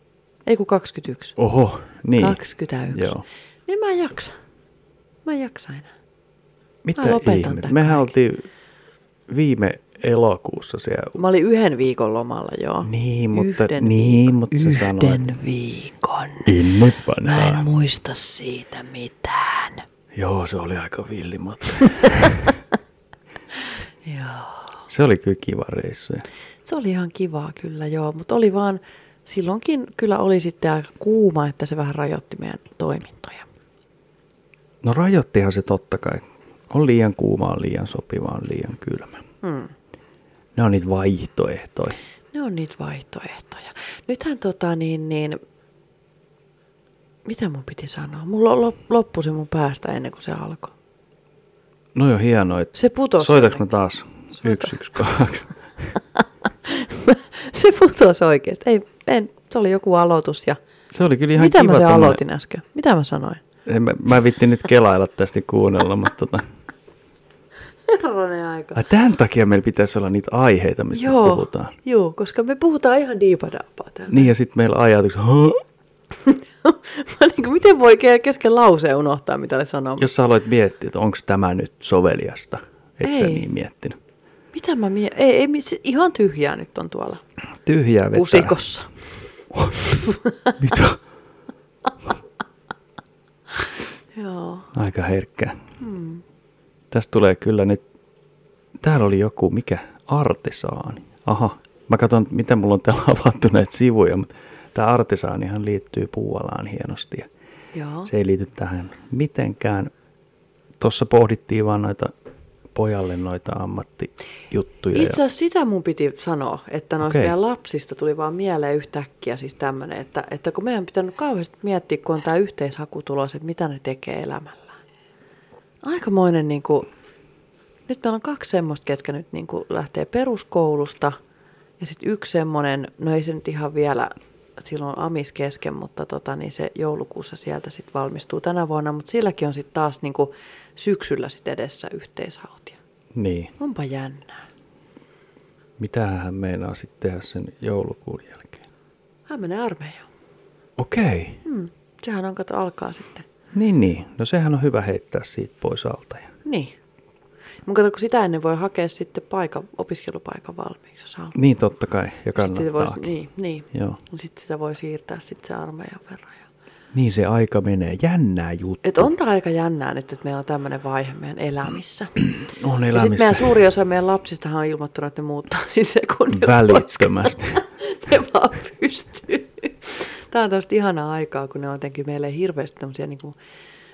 Speaker 2: Ei kun 21.
Speaker 1: Oho, niin.
Speaker 2: 21.
Speaker 1: Joo.
Speaker 2: Niin mä en jaksa. Mä en jaksa enää.
Speaker 1: Mitä
Speaker 2: Mä lopetan
Speaker 1: ihmettä?
Speaker 2: tän
Speaker 1: Mehän
Speaker 2: kaiken.
Speaker 1: oltiin viime elokuussa siellä.
Speaker 2: Mä olin yhden viikon lomalla, joo.
Speaker 1: Niin, mutta-
Speaker 2: Yhden
Speaker 1: niin,
Speaker 2: viikon,
Speaker 1: mutta sä
Speaker 2: yhden
Speaker 1: sanoit-
Speaker 2: viikon.
Speaker 1: Ennen
Speaker 2: Mä en muista siitä mitään.
Speaker 1: Joo, se oli aika villimatta.
Speaker 2: Joo.
Speaker 1: [laughs] se oli kyllä kiva reissu. ja-
Speaker 2: Se oli ihan kivaa kyllä, joo, mutta oli vaan, silloinkin kyllä oli sitten aika kuuma, että se vähän rajoitti meidän toimintoja.
Speaker 1: No rajoittihan se totta kai. On liian kuuma, on liian sopiva, on liian kylmä.
Speaker 2: Hmm.
Speaker 1: Ne on niitä vaihtoehtoja.
Speaker 2: Ne on niitä vaihtoehtoja. Nythän tota niin, niin mitä mun piti sanoa? Mulla lo- loppui se mun päästä ennen kuin se alkoi.
Speaker 1: No jo hienoa. että-
Speaker 2: Se putosi.
Speaker 1: Soitaks mä taas? Yksi, yksi, kaksi.
Speaker 2: [laughs] se putosi oikeasti. Ei, en, se oli joku aloitus ja...
Speaker 1: Se oli kyllä ihan
Speaker 2: Ihan Mitä
Speaker 1: kiva
Speaker 2: mä se
Speaker 1: tommonen-
Speaker 2: aloitin äsken? Mitä mä sanoin?
Speaker 1: En Mä, mä vittin nyt kelailla tästä kuunnella, mutta tota.
Speaker 2: Herranen aika.
Speaker 1: Ai, tämän takia meillä pitäisi olla niitä aiheita, mistä me
Speaker 2: Joo,
Speaker 1: puhutaan.
Speaker 2: juu, koska me puhutaan ihan diipadaapaa täällä.
Speaker 1: Niin ja sitten meillä ajatukset, "Huh?"
Speaker 2: [laughs] Mä niin kuin, miten voi ke- kesken lauseen unohtaa, mitä ne sanoo?
Speaker 1: jos sä aloit miettiä, että onko tämä nyt soveliasta, et sä
Speaker 2: Ei.
Speaker 1: niin miettinyt.
Speaker 2: Mitä mä mie- ei, ei, mi- se- ihan tyhjää nyt on tuolla
Speaker 1: Tyhjää vetää.
Speaker 2: pusikossa.
Speaker 1: Mitä?
Speaker 2: Joo.
Speaker 1: Aika herkkää. Hmm. Tästä tulee kyllä nyt, täällä oli joku, mikä, artesaani. Aha, mä katson, mitä mulla on täällä [laughs] avattu näitä sivuja, mutta tämä artesaanihan liittyy Puualaan hienosti. Ja
Speaker 2: Joo.
Speaker 1: Se ei liity tähän mitenkään. Tuossa pohdittiin vaan noita pojalle noita ammattijuttuja.
Speaker 2: Itse
Speaker 1: ja
Speaker 2: asiassa sitä mun piti sanoa, että noista
Speaker 1: Okei.
Speaker 2: okay. meidän lapsista tuli vaan mieleen yhtäkkiä siis tämmöinen, että, että kun meidän on pitänyt kauheasti miettiä, kun on tämä yhteishakutulos, että mitä ne tekee elämällään. Aikamoinen niin kuin, nyt meillä on kaksi semmoista, ketkä nyt niin kuin lähtee peruskoulusta ja sitten yksi semmoinen, no ei se nyt ihan vielä silloin amis kesken, mutta tota, niin se joulukuussa sieltä sitten valmistuu tänä vuonna, mutta silläkin on sitten taas niin kuin syksyllä sit edessä yhteishautia.
Speaker 1: Niin,
Speaker 2: Onpa jännää.
Speaker 1: mitähän meinaa sitten tehdä sen joulukuun jälkeen?
Speaker 2: Hän menee armeijaan.
Speaker 1: Okei, okay.
Speaker 2: Hmm. Sehän on, kato, alkaa sitten.
Speaker 1: niin niin. No sehän on hyvä heittää siitä pois alta. Ja...
Speaker 2: Niin. Mun kato, kun sitä ennen voi hakea sitten paikan, opiskelupaikan valmiiksi, jos haluaa.
Speaker 1: Niin totta kai, ja
Speaker 2: Sitten sitä voisi,
Speaker 1: kannattaa. Niin.
Speaker 2: niin, niin.
Speaker 1: Joo.
Speaker 2: Sitten sitä voi siirtää sitten se armeijan verran. Ja...
Speaker 1: niin se aika menee. Jännää juttu.
Speaker 2: Et on tää aika jännää nyt, että meillä on tämmöinen vaihe meidän elämissä.
Speaker 1: No, on
Speaker 2: Ja sitten
Speaker 1: elämissä
Speaker 2: meidän suuri osa meidän lapsistahan on ilmoittanut, että ne muuttaa [laughs] siis sekunnin
Speaker 1: välittömästi.
Speaker 2: [laughs] ne vaan pystyy. Tämä on tosta ihanaa aikaa, kun ne on jotenkin meille ei hirveästi tämmöisiä niin kuin,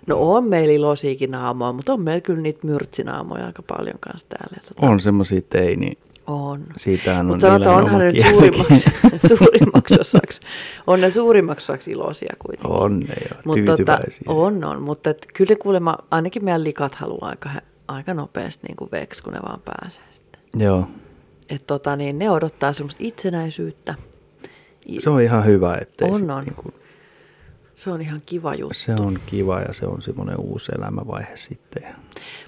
Speaker 2: no on meillä ilosiikin aamoja, mutta on meillä kyllä niitä myrtsinaamoja aika paljon kanssa täällä. Ja tota,
Speaker 1: on semmoisia teini.
Speaker 2: on.
Speaker 1: Siitähän on
Speaker 2: Mutta sanotaan,
Speaker 1: Ylen
Speaker 2: onhan ne
Speaker 1: omakin
Speaker 2: nyt suurimmaksi, [laughs] suurimmaksi osaksi, on ne suurimmaksi osaksi iloisia kuitenkin.
Speaker 1: On ne jo,
Speaker 2: Mut tota,
Speaker 1: tyytyväisiä.
Speaker 2: on, on, mutta et kyllä ne kuulemma, ainakin meidän likat haluaa aika, aika nopeasti niin kuin veksi, kun ne vaan pääsee sitten.
Speaker 1: Joo,
Speaker 2: Et tota, niin ne odottaa semmoista itsenäisyyttä. I-
Speaker 1: se on ihan hyvä, ettei
Speaker 2: Niin. On,
Speaker 1: sit
Speaker 2: on.
Speaker 1: niinku
Speaker 2: Se on ihan kiva juttu.
Speaker 1: Se on kiva ja se on semmoinen uusi elämävaihe sitten. Ja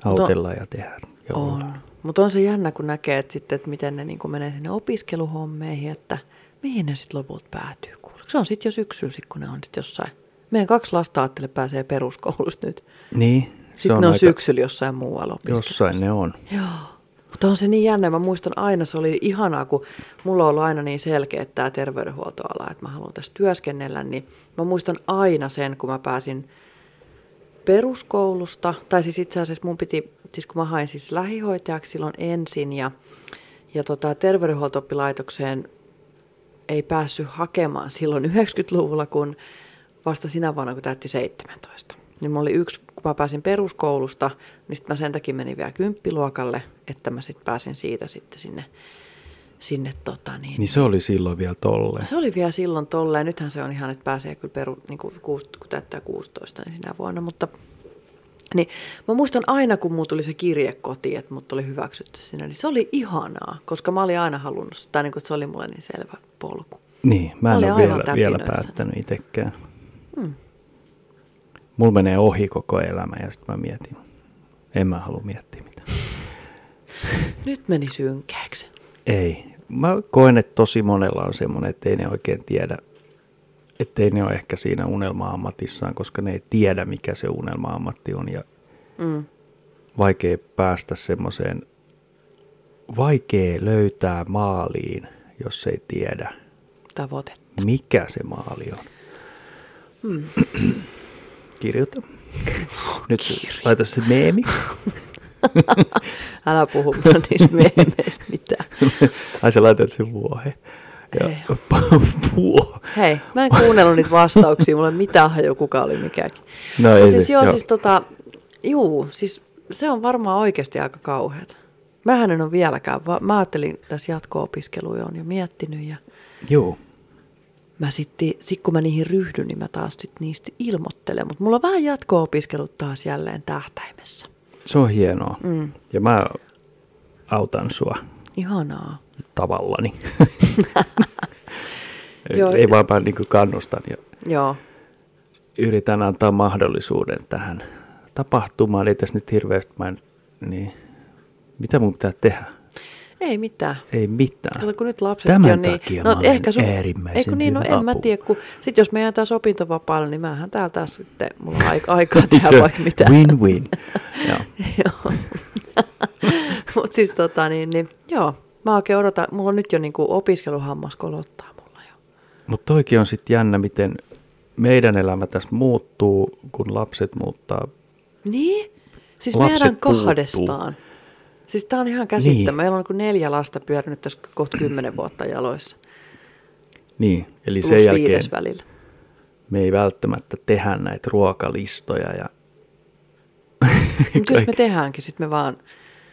Speaker 1: autella ja tehdä. jollain.
Speaker 2: On. Mutta on se jännä, kun näkee, että, sitten, että miten ne niin menee sinne opiskeluhommeihin, että mihin ne sitten loput päätyy. Kuule. Se on sitten jo syksyllä, sit, kun ne on sitten jossain. Meidän kaksi lasta ajattele pääsee peruskoulusta nyt.
Speaker 1: Niin, se
Speaker 2: Sitten
Speaker 1: on,
Speaker 2: ne on
Speaker 1: aika,
Speaker 2: syksyllä jossain muualla opiskelemassa.
Speaker 1: Jossain ne on.
Speaker 2: Joo. Mutta on se niin jännä. Mä muistan aina, se oli ihanaa, kun mulla on ollut aina niin selkeä tämä terveydenhuoltoala, että mä haluan tässä työskennellä, niin mä muistan aina sen, kun mä pääsin peruskoulusta, tai siis itse asiassa mun piti, siis kun mä hain siis lähihoitajaksi silloin ensin, ja, ja tota, terveydenhuoltoppilaitokseen ei päässyt hakemaan silloin 90-luvulla, kun vasta sinä vuonna, kun täytti 17. Niin mulla oli yksi, kun mä pääsin peruskoulusta, niin sitten mä sen takia menin vielä kymppiluokalle, että mä sitten pääsin siitä sitten sinne, sinne tota niin.
Speaker 1: Niin se oli silloin vielä tolleen.
Speaker 2: Se oli vielä silloin tolleen. Nythän se on ihan, että pääsee kyllä peru, niin kuin, kuus- kun täyttää 16 niin sinä vuonna, mutta niin, mä muistan aina, kun mulla tuli se kirje kotiin, että mut oli hyväksytty sinne, niin se oli ihanaa, koska mä olin aina halunnut, sitä, tai niin kuin, se oli mulle niin selvä polku.
Speaker 1: Niin,
Speaker 2: Mä
Speaker 1: mä en
Speaker 2: olin
Speaker 1: ole vielä,
Speaker 2: aivan
Speaker 1: vielä
Speaker 2: täpinöissä.
Speaker 1: päättänyt itsekään. Hmm. Mulla menee ohi koko elämä ja sitten mä mietin. En mä halua miettiä mitään.
Speaker 2: Nyt meni synkäksi.
Speaker 1: Ei. Mä koen, että tosi monella on semmoinen, että ei ne oikein tiedä, että ei ne ole ehkä siinä unelma-ammatissaan, koska ne ei tiedä, mikä se unelma-ammatti on ja
Speaker 2: Mm.
Speaker 1: vaikea päästä semmoiseen, vaikea löytää maaliin, jos ei tiedä,
Speaker 2: Tavoite.
Speaker 1: mikä se maali on.
Speaker 2: Hmm.
Speaker 1: Kirjoita.
Speaker 2: Oh,
Speaker 1: Nyt Kirjoita. laita se
Speaker 2: [laughs]
Speaker 1: meemi.
Speaker 2: Älä puhu [laughs] mulle niistä meemeistä mitään.
Speaker 1: Ai sä laitat sen vuohe. Ja
Speaker 2: Ei.
Speaker 1: [laughs] Vuo.
Speaker 2: Hei, mä en kuunnellut niitä
Speaker 1: [laughs]
Speaker 2: vastauksia, mulla ei mitään haju, kuka oli mikäkin.
Speaker 1: No
Speaker 2: Mut
Speaker 1: ei
Speaker 2: siis
Speaker 1: se,
Speaker 2: joo,
Speaker 1: joo.
Speaker 2: siis tota, juu, siis se on varmaan oikeasti aika kauheata. Mähän en ole vieläkään, va- mä ajattelin tässä jatko-opiskeluja on jo miettinyt ja
Speaker 1: Joo.
Speaker 2: mä sitten, sit kun mä niihin ryhdyn, niin mä taas sit niistä ilmoittelen. Mutta mulla on vähän jatko-opiskelut taas jälleen tähtäimessä.
Speaker 1: Se on hienoa. Mm. Ja mä autan sua
Speaker 2: Ihanaa. [laughs]
Speaker 1: tavallani. ei,
Speaker 2: Joo.
Speaker 1: ei vaan mä niin kannustan ja
Speaker 2: Joo.
Speaker 1: yritän antaa mahdollisuuden tähän tapahtumaan. Ei tässä nyt hirveästi mä en, niin. Mitä mun pitää tehdä?
Speaker 2: Ei mitään.
Speaker 1: Ei mitään.
Speaker 2: Kato, kun nyt lapsetkin
Speaker 1: Tämän
Speaker 2: on niin...
Speaker 1: takia mä olen äärimmäisen
Speaker 2: Eikö niin, no
Speaker 1: hyvä
Speaker 2: en mä
Speaker 1: apu.
Speaker 2: tiedä, kun... Sitten jos me jää taas opintovapaalle, niin mähän täällä taas sitten... Mulla on aik-
Speaker 1: [laughs]
Speaker 2: aikaa tehdä
Speaker 1: Niin Se on
Speaker 2: vaikka mitä.
Speaker 1: Win-win. Joo.
Speaker 2: [laughs] Joo. [laughs] Mutta siis tota niin, niin joo. Mä oikein odotan, mulla on nyt jo niinku opiskeluhammas kolottaa mulla jo.
Speaker 1: Mutta toikin on sitten jännä, miten meidän elämä tässä muuttuu, kun lapset muuttaa.
Speaker 2: Niin? Siis
Speaker 1: Lapset
Speaker 2: meidän
Speaker 1: puuttuu. Niin.
Speaker 2: kahdestaan. Siis tää on ihan käsittämätöntä. Meillä on niinku neljä lasta pyörinyt tässä kohta kymmenen vuotta jaloissa.
Speaker 1: Niin, eli
Speaker 2: Plus
Speaker 1: sen jälkeen
Speaker 2: viides
Speaker 1: [laughs]
Speaker 2: välillä.
Speaker 1: me ei välttämättä tehdä näitä ruokalistoja ja
Speaker 2: Mutta jos me
Speaker 1: kaikki,
Speaker 2: tehdäänkin, sit me vaan,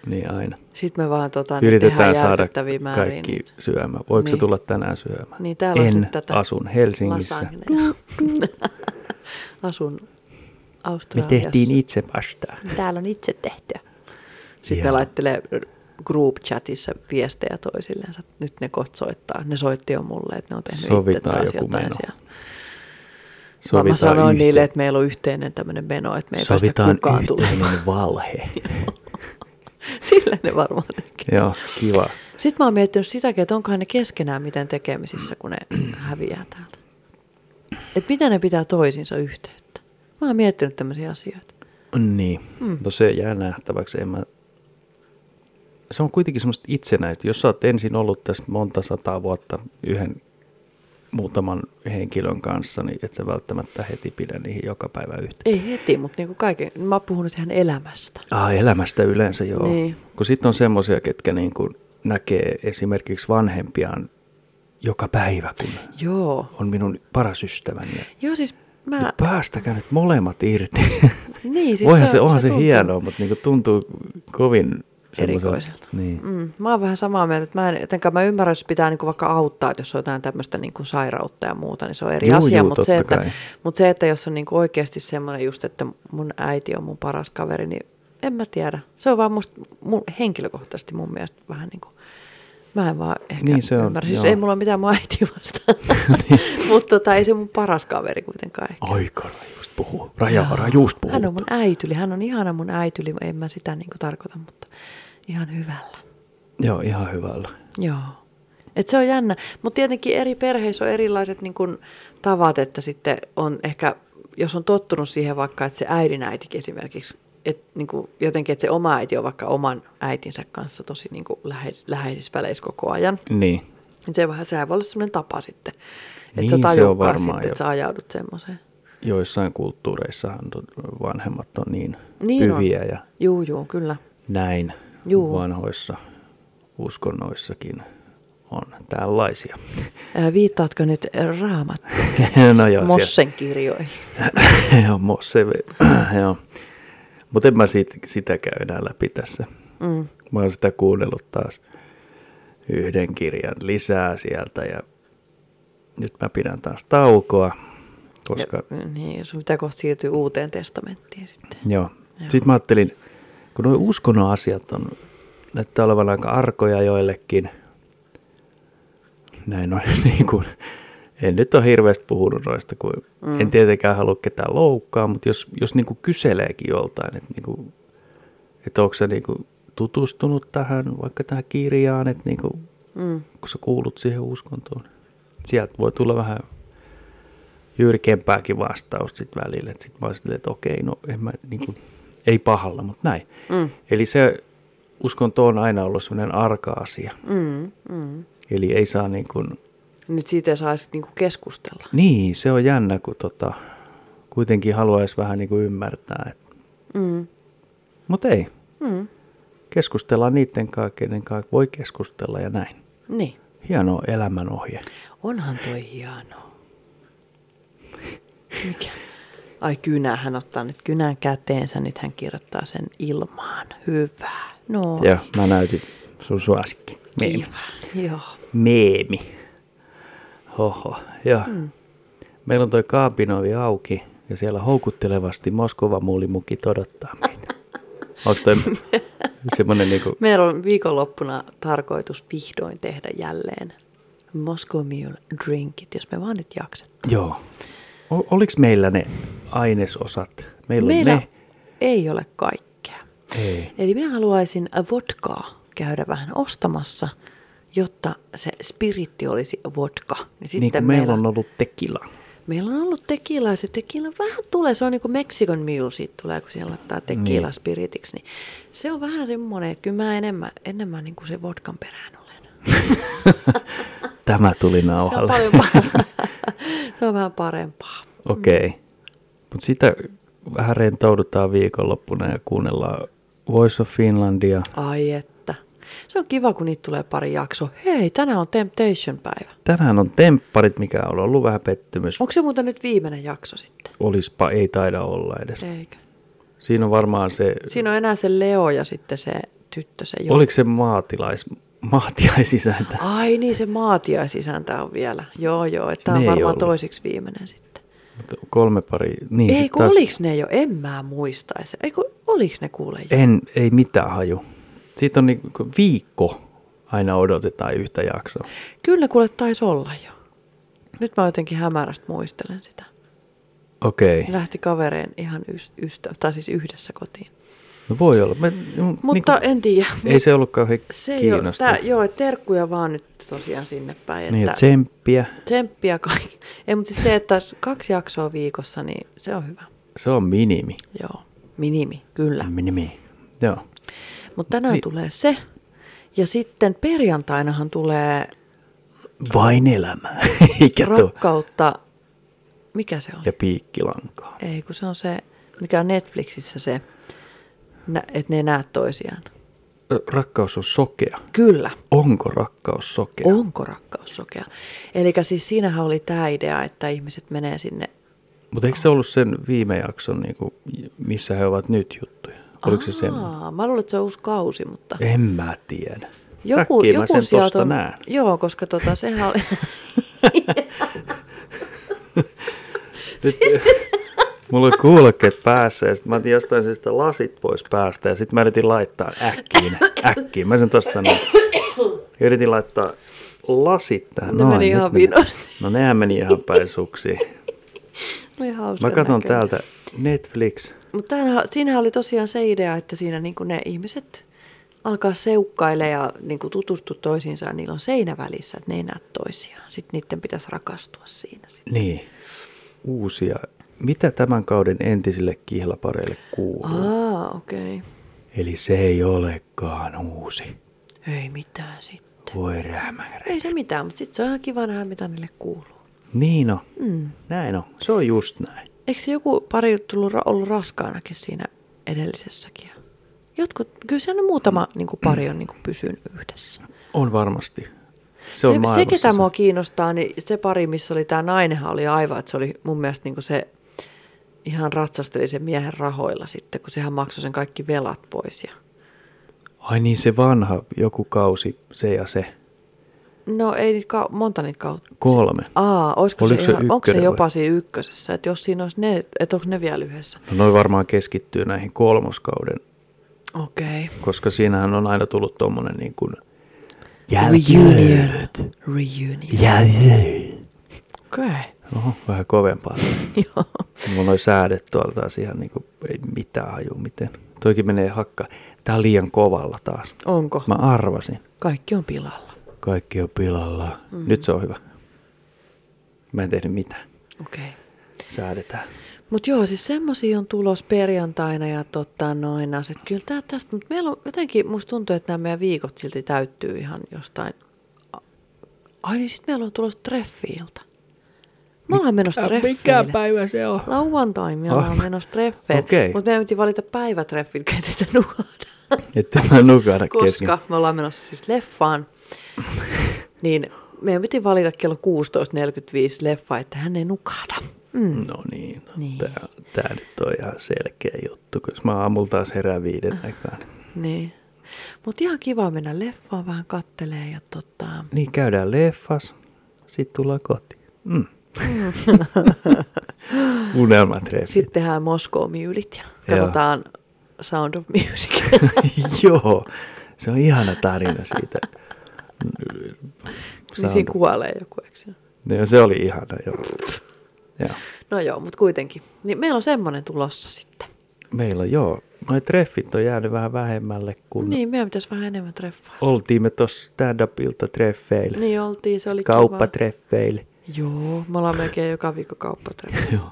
Speaker 1: niin aina.
Speaker 2: sit me vaan tota, niin
Speaker 1: Yritetään
Speaker 2: tehdään
Speaker 1: saada
Speaker 2: järkyttäviä määriä
Speaker 1: kaikki
Speaker 2: niitä.
Speaker 1: syömään. Voiko niin. se
Speaker 2: Niin.
Speaker 1: tulla tänään syömään?
Speaker 2: Niin, täällä on
Speaker 1: en
Speaker 2: nyt tätä
Speaker 1: asun Helsingissä.
Speaker 2: lasagneja. [laughs] Asun
Speaker 1: Me
Speaker 2: Australiassa.
Speaker 1: tehtiin itse pastaa.
Speaker 2: Täällä on itse tehtyä. Sitten
Speaker 1: Joo.
Speaker 2: ne laittelee group chatissa viestejä toisilleen. Nyt ne kohta soittaa. Ne soitti jo mulle, että ne on tehnyt itse
Speaker 1: Sovitaan
Speaker 2: taas
Speaker 1: joku
Speaker 2: jotain
Speaker 1: meno.
Speaker 2: siellä. Vaan mä sanoin yhteen. niille, että meillä on yhteinen tämmöinen meno, että me ei
Speaker 1: Sovitaan
Speaker 2: päästä kukaan tulemaan. [laughs]
Speaker 1: yhteinen valhe.
Speaker 2: Sillä ne varmaan tekee.
Speaker 1: Joo, kiva.
Speaker 2: Sitten mä oon miettinyt sitäkin, että onkohan ne keskenään miten tekemisissä, kun ne häviää täältä. Että mitä ne pitää toisiinsa yhteyttä. Mä oon miettinyt tämmöisiä asioita.
Speaker 1: Niin,
Speaker 2: Hmm.
Speaker 1: no se jää nähtäväksi. En mä... Se on kuitenkin semmoista itsenäistä. Jos sä oot ensin ollut tässä monta sataa vuotta yhden muutaman henkilön kanssa, niin et sä välttämättä heti pidä niihin joka päivä yhteen.
Speaker 2: Ei heti, mutta niinku kaiken. Mä puhun nyt ihan elämästä.
Speaker 1: Ah, elämästä yleensä joo.
Speaker 2: Niin.
Speaker 1: Kun sitten on semmoisia, ketkä niin kun näkee esimerkiksi vanhempiaan joka päivä, kun
Speaker 2: Joo.
Speaker 1: on minun paras ystäväni. Ja
Speaker 2: Joo, siis
Speaker 1: Mä...
Speaker 2: mä...
Speaker 1: Päästäkää nyt molemmat irti.
Speaker 2: [laughs] Niin, siis
Speaker 1: Voihan
Speaker 2: se-
Speaker 1: se, onhan
Speaker 2: se
Speaker 1: se, se
Speaker 2: tuntuu-
Speaker 1: hienoa, mutta niinku tuntuu kovin semmoiselta-
Speaker 2: Erikoiselta.
Speaker 1: Niin.
Speaker 2: Mm, mä oon vähän samaa mieltä, että mä en, etenkään mä ymmärrän, jos pitää niinku vaikka auttaa, että jos on jotain tämmöistä niinku sairautta ja muuta, niin se on eri
Speaker 1: Juu,
Speaker 2: asia.
Speaker 1: juu,
Speaker 2: Mutta se,
Speaker 1: totta
Speaker 2: että,
Speaker 1: kai.
Speaker 2: mut se, että jos on niinku oikeasti semmoinen just, että mun äiti on mun paras kaveri, niin en mä tiedä. Se on vaan musta, mun, henkilökohtaisesti mun mielestä vähän niinku, mä en vaan ehkä
Speaker 1: Niin se on,
Speaker 2: ymmärrä. Siis
Speaker 1: joo.
Speaker 2: ei mulla ole mitään mun äiti vastaan,
Speaker 1: [laughs]
Speaker 2: [laughs] mutta tota, ei se mun paras kaveri kuitenkaan ehkä.
Speaker 1: Aika rajuust puhuu. Raja, rajuust puhuu.
Speaker 2: Hän on mun äityli, hän on ihana mun äityli, en mä sitä niinku tarkoita, mutta ihan hyvällä.
Speaker 1: Joo, ihan hyvällä.
Speaker 2: Joo. Et se on jännä. Mutta tietenkin eri perheissä on erilaiset niin kun, tavat, että sitten on ehkä, jos on tottunut siihen vaikka, että se äidin äitikin esimerkiksi, että niin kun, jotenkin, että se oma äiti on vaikka oman äitinsä kanssa tosi niin kun, läheis, läheisissä väleissä koko ajan,
Speaker 1: Niin.
Speaker 2: niin se vähän, sehän voi olla sellainen tapa sitten, että
Speaker 1: Niin,
Speaker 2: sä
Speaker 1: se on
Speaker 2: tajukaan
Speaker 1: varmaan
Speaker 2: sitten, että
Speaker 1: jo.
Speaker 2: sä ajaudut semmoiseen.
Speaker 1: Joissain kulttuureissahan to- vanhemmat on niin,
Speaker 2: Niin on.
Speaker 1: pyhiä ja
Speaker 2: Juu, juu, kyllä.
Speaker 1: näin
Speaker 2: Juu.
Speaker 1: vanhoissa uskonnoissakin on
Speaker 2: [laughs]
Speaker 1: tällaisia.
Speaker 2: Ää, Viittaatko nyt raamattu?
Speaker 1: no joo, siellä-
Speaker 2: Mossen kirjoihin.
Speaker 1: [laughs] joo, Mosse, [clears throat] joo. Mutta en mä siitä, sitä käy enää läpi tässä. Mm. Mä oon sitä kuunnellut taas yhden kirjan lisää sieltä ja nyt mä pidän taas taukoa, koska
Speaker 2: Ja, niin, sun pitää kohta siirtyä uuteen testamenttiin sitten.
Speaker 1: Joo. Sitten mä ajattelin, kun nuo uskonnon asiat on, näyttää olevan aika arkoja joillekin. Näin on, [laughs] niin kuin, en nyt ole hirveästi puhunut noista, kun mm. en tietenkään halua ketään loukkaa, mutta jos, jos niin kuin kyseleekin joltain, että, niin kuin, että onko se niin kuin tutustunut tähän, vaikka tähän kirjaan, että niin kuin,
Speaker 2: Mm.
Speaker 1: kun sä kuulut siihen uskontoon. niin Sieltä voi tulla vähän jyrkempääkin vastaus sitten välillä. Sitten mä oon silleen, että okei, no en mä, niin kuin, ei pahalla, mutta näin.
Speaker 2: Mm.
Speaker 1: Eli se uskonto on aina ollut sellainen arka asia.
Speaker 2: Mm, mm.
Speaker 1: Eli ei saa niin kuin,
Speaker 2: Nyt siitä ei saisi niinku keskustella.
Speaker 1: niin se on jännä, kun tota, kuitenkin haluaisi vähän niin kuin ymmärtää. Että,
Speaker 2: Mm.
Speaker 1: mutta ei,
Speaker 2: Mm.
Speaker 1: keskustellaan niiden kanssa, kenen kanssa voi keskustella ja näin.
Speaker 2: Niin.
Speaker 1: Hieno elämänohje.
Speaker 2: Onhan toi hienoa. Mikä? Ai kynä, hän ottaa nyt kynän käteensä, nyt hän kirjoittaa sen ilmaan. Hyvä. No,
Speaker 1: Joo, niin. mä näytin sun suosikki. Meemi.
Speaker 2: kiva. Joo.
Speaker 1: meemi. Hoho, joo. Mm. Meillä on toi
Speaker 2: [laughs]
Speaker 1: kaapinovi auki ja siellä houkuttelevasti Moskova muulimukki odottaa meitä. Onko toi semmoinen niinku,
Speaker 2: Meillä on viikonloppuna tarkoitus vihdoin tehdä jälleen Moscow Mule drinkit, jos me vaan nyt jaksetaan.
Speaker 1: joo. O- oliks meillä ne ainesosat? Meillä,
Speaker 2: Meillä
Speaker 1: on ne.
Speaker 2: ei ole kaikkea.
Speaker 1: Ei.
Speaker 2: Eli minä haluaisin vodkaa käydä vähän ostamassa, jotta se spiritti olisi vodka. Niin
Speaker 1: Niin kuin meillä on ollut tekila.
Speaker 2: meillä on ollut tekila ja se tekila vähän tulee, se on niin kuin Meksikon mule siitä tulee, kun siellä laittaa tekila
Speaker 1: Niin.
Speaker 2: spiritiksi. Niin se on vähän semmoinen, että kyllä mä enemmän, enemmän niin kuin se vodkan perään olen. [laughs]
Speaker 1: Tämä tuli
Speaker 2: Se on
Speaker 1: nauhalle.
Speaker 2: paljon parasta. [laughs] se on vähän parempaa.
Speaker 1: [laughs] Okei. Mutta sitä vähän rentoudutaan viikonloppuna ja kuunnellaan Voice of Finlandia.
Speaker 2: Ai että. Se on kiva, kun niitä tulee pari jaksoa. Hei, tänään on Temptation-päivä.
Speaker 1: Tänään on tempparit, mikä on ollut vähän pettymys.
Speaker 2: Onko se muuten nyt viimeinen jakso sitten?
Speaker 1: Olispa, ei taida olla edes.
Speaker 2: Eikö?
Speaker 1: Siinä on varmaan se,
Speaker 2: Siinä on enää se Leo ja sitten se tyttö, se jo.
Speaker 1: oliko se maatilais, maatiaisisäntä?
Speaker 2: Ai niin, se maatiaisisäntä on vielä. Joo, joo. Että tämä
Speaker 1: Ne
Speaker 2: on
Speaker 1: ei
Speaker 2: varmaan
Speaker 1: ollut.
Speaker 2: toisiksi viimeinen sitten.
Speaker 1: Mut Kolme pari. Niin,
Speaker 2: Ei,
Speaker 1: sit
Speaker 2: kun oliks ne jo? En mä muistaisi. Ei, kun oliks ne kuule jo?
Speaker 1: En, ei mitään haju. Siitä on niinku viikko aina odotetaan yhtä jaksoa.
Speaker 2: Kyllä kuule taisi olla jo. Nyt mä jotenkin hämärästä muistelen sitä.
Speaker 1: Okei. Okay.
Speaker 2: Lähti kavereen ihan ys- ystä- tai siis yhdessä kotiin.
Speaker 1: No voi olla. Me, niinku,
Speaker 2: Mutta en tiedä.
Speaker 1: ei se ollut kauhean
Speaker 2: Se ei ole,
Speaker 1: kiinnostavaa.
Speaker 2: tää, joo, et terkkuja vaan nyt tosiaan sinne päin.
Speaker 1: Niin, ja
Speaker 2: että
Speaker 1: tsemppiä.
Speaker 2: Tsemppiä kaikki. [laughs] Ei, mutta siis se, että kaksi jaksoa viikossa, niin se on hyvä.
Speaker 1: Se on minimi.
Speaker 2: Joo, minimi, kyllä.
Speaker 1: Minimi. Joo.
Speaker 2: Mutta tänään
Speaker 1: Mm. Niin.
Speaker 2: niin. tulee se. Ja sitten perjantainahan tulee
Speaker 1: Vain elämä. [laughs] Eikä tuo.
Speaker 2: rakkautta. Mikä se on?
Speaker 1: Ja piikkilankaa.
Speaker 2: Ei, kun se on se, mikä on Netflixissä se, nä- että ne ei näe toisiaan.
Speaker 1: Ö, Rakkaus on sokea.
Speaker 2: Kyllä.
Speaker 1: Onko rakkaus sokea?
Speaker 2: Onko rakkaus sokea? Eli siis siinähän oli tämä idea, että ihmiset menee sinne.
Speaker 1: Mutta eikö se ollut sen viime jakson, niin kuin, missä he ovat nyt juttuja? Oliko se semmoinen?
Speaker 2: Aa, Mä luulen, että se on uusi kausi, mutta...
Speaker 1: En mä tiedä.
Speaker 2: Joku,
Speaker 1: Äkkiä
Speaker 2: joku
Speaker 1: mä sen
Speaker 2: sieltä
Speaker 1: tosta
Speaker 2: on-
Speaker 1: näen.
Speaker 2: Joo, koska tota, sehän
Speaker 1: [laughs]
Speaker 2: oli...
Speaker 1: Nyt, [laughs] mulla oli kuulokkeet päässä ja sitten mä otin jostain syystä lasit pois päästä ja sitten mä yritin laittaa äkkiin, äkkiin. Mä sen tosta näin. Ja yritin laittaa lasit tähän.
Speaker 2: Ne
Speaker 1: Noin,
Speaker 2: meni
Speaker 1: nyt
Speaker 2: ihan
Speaker 1: meni.
Speaker 2: vinosti.
Speaker 1: No nehän meni ihan
Speaker 2: [laughs]
Speaker 1: päin suksiin.
Speaker 2: oli No hauska
Speaker 1: Mä katson
Speaker 2: näköinen.
Speaker 1: täältä Netflix.
Speaker 2: Mutta tämähän- siinähän oli tosiaan se idea, että siinä niin ne ihmiset alkaa seukkaile ja niin tutustua toisiinsa ja niillä on seinä välissä, että ne ei näe toisiaan. Sitten niiden pitäisi rakastua siinä. Sitten.
Speaker 1: Niin. Uusia. Mitä tämän kauden entisille kihlapareille kuuluu?
Speaker 2: Aa, okei. Okay.
Speaker 1: Eli se ei olekaan uusi.
Speaker 2: Ei mitään sitten.
Speaker 1: Voi rämärä.
Speaker 2: Ei se mitään, mutta sitten se on ihan kiva nähdä, mitä niille kuuluu.
Speaker 1: Niin on. Mm. Näin on. Se on just näin.
Speaker 2: Eikö se joku pari tullut, ra- ollut raskaanakin siinä edellisessäkin? ja Jotkut, kyllä siellä on muutama niin kuin pari on niin kuin pysynyt yhdessä.
Speaker 1: On varmasti. Se on
Speaker 2: se,
Speaker 1: maailmassa.
Speaker 2: ketä mua kiinnostaa, niin se pari, missä oli tämä nainenhan oli aivan, että se oli mun mielestä niin se ihan ratsasteli sen miehen rahoilla sitten, kun sehän maksoi sen kaikki velat pois. Ja...
Speaker 1: Ai niin, se vanha joku kausi, se ja se.
Speaker 2: No ei niitä ka- monta niitä kautta.
Speaker 1: Kolme.
Speaker 2: Aa, olisiko se,
Speaker 1: Oliko se
Speaker 2: ihan, onko se
Speaker 1: ykkönen
Speaker 2: jopa
Speaker 1: vai?
Speaker 2: siinä ykkösessä, että jos siinä olisi ne, että onko ne vielä yhdessä?
Speaker 1: No noi varmaan keskittyy näihin kolmoskauden,
Speaker 2: Okei.
Speaker 1: koska siinähän on aina tullut tommonen niin kuin...
Speaker 2: Reunion. Reunion.
Speaker 1: Jäljelöilyt.
Speaker 2: Okei. [laughs]
Speaker 1: Oho, vähän kovempaa.
Speaker 2: Joo.
Speaker 1: Mulla noi säädet tuolta taas ihan niin kuin, ei mitään haju miten. Toikin menee hakka. Tää on liian kovalla taas.
Speaker 2: Onko?
Speaker 1: Mä arvasin.
Speaker 2: Kaikki on pilalla.
Speaker 1: Kaikki on pilalla. Mm. Nyt se on hyvä. Mä en tehnyt mitään.
Speaker 2: Okei.
Speaker 1: Säädetään.
Speaker 2: Mutta joo, siis semmosia on tulos perjantaina ja tota noin asiat. Kyllä tää tästä, mutta meillä on jotenkin, musta tuntuu, että nämä meidän viikot silti täyttyy ihan jostain. A- Ai niin, sit meillä on tulossa treffiilta. Me ollaan menossa treffeille. Mikä päivä se on? Lauantai me ollaan
Speaker 1: Ah.
Speaker 2: menossa treffeille.
Speaker 1: Okei.
Speaker 2: Mutta meidän piti valita päivätreffit, ketä te nukahdaan.
Speaker 1: Että mä nukahda kesken.
Speaker 2: Koska me ollaan menossa siis leffaan, niin meidän piti valita kello 16.45 leffa, että hän ei nukahda.
Speaker 1: No niin, no niin. Tää, tää nyt on ihan selkeä juttu, koska mä aamulla taas herään viiden aikaan.
Speaker 2: Niin. Mutta ihan kiva mennä leffaan vähän kattelee ja tota...
Speaker 1: Niin, käydään leffas, sit tullaan kotiin. Mm. [laughs] Unelmatreffit.
Speaker 2: Sitten tehdään Moskoomyylit ja
Speaker 1: Joo.
Speaker 2: katsotaan Sound of
Speaker 1: [laughs]
Speaker 2: Music.
Speaker 1: Joo, se on ihana tarina siitä.
Speaker 2: niin siinä kuolee joku, eikö se?
Speaker 1: no, se oli ihana, joo. joo.
Speaker 2: No joo, mutta kuitenkin. Niin meillä on semmoinen tulossa sitten.
Speaker 1: Meillä on, joo, noi treffit on jäänyt vähän vähemmälle, kun niin.
Speaker 2: Niin, meidän pitäisi vähän enemmän treffaa.
Speaker 1: oltiin me tuossa stand-upilta treffeillä,
Speaker 2: Niin oltiin, se oli kiva.
Speaker 1: kauppatreffeillä. [laughs]
Speaker 2: Joo, me ollaan melkein joka viikko kauppatreffi.
Speaker 1: Joo.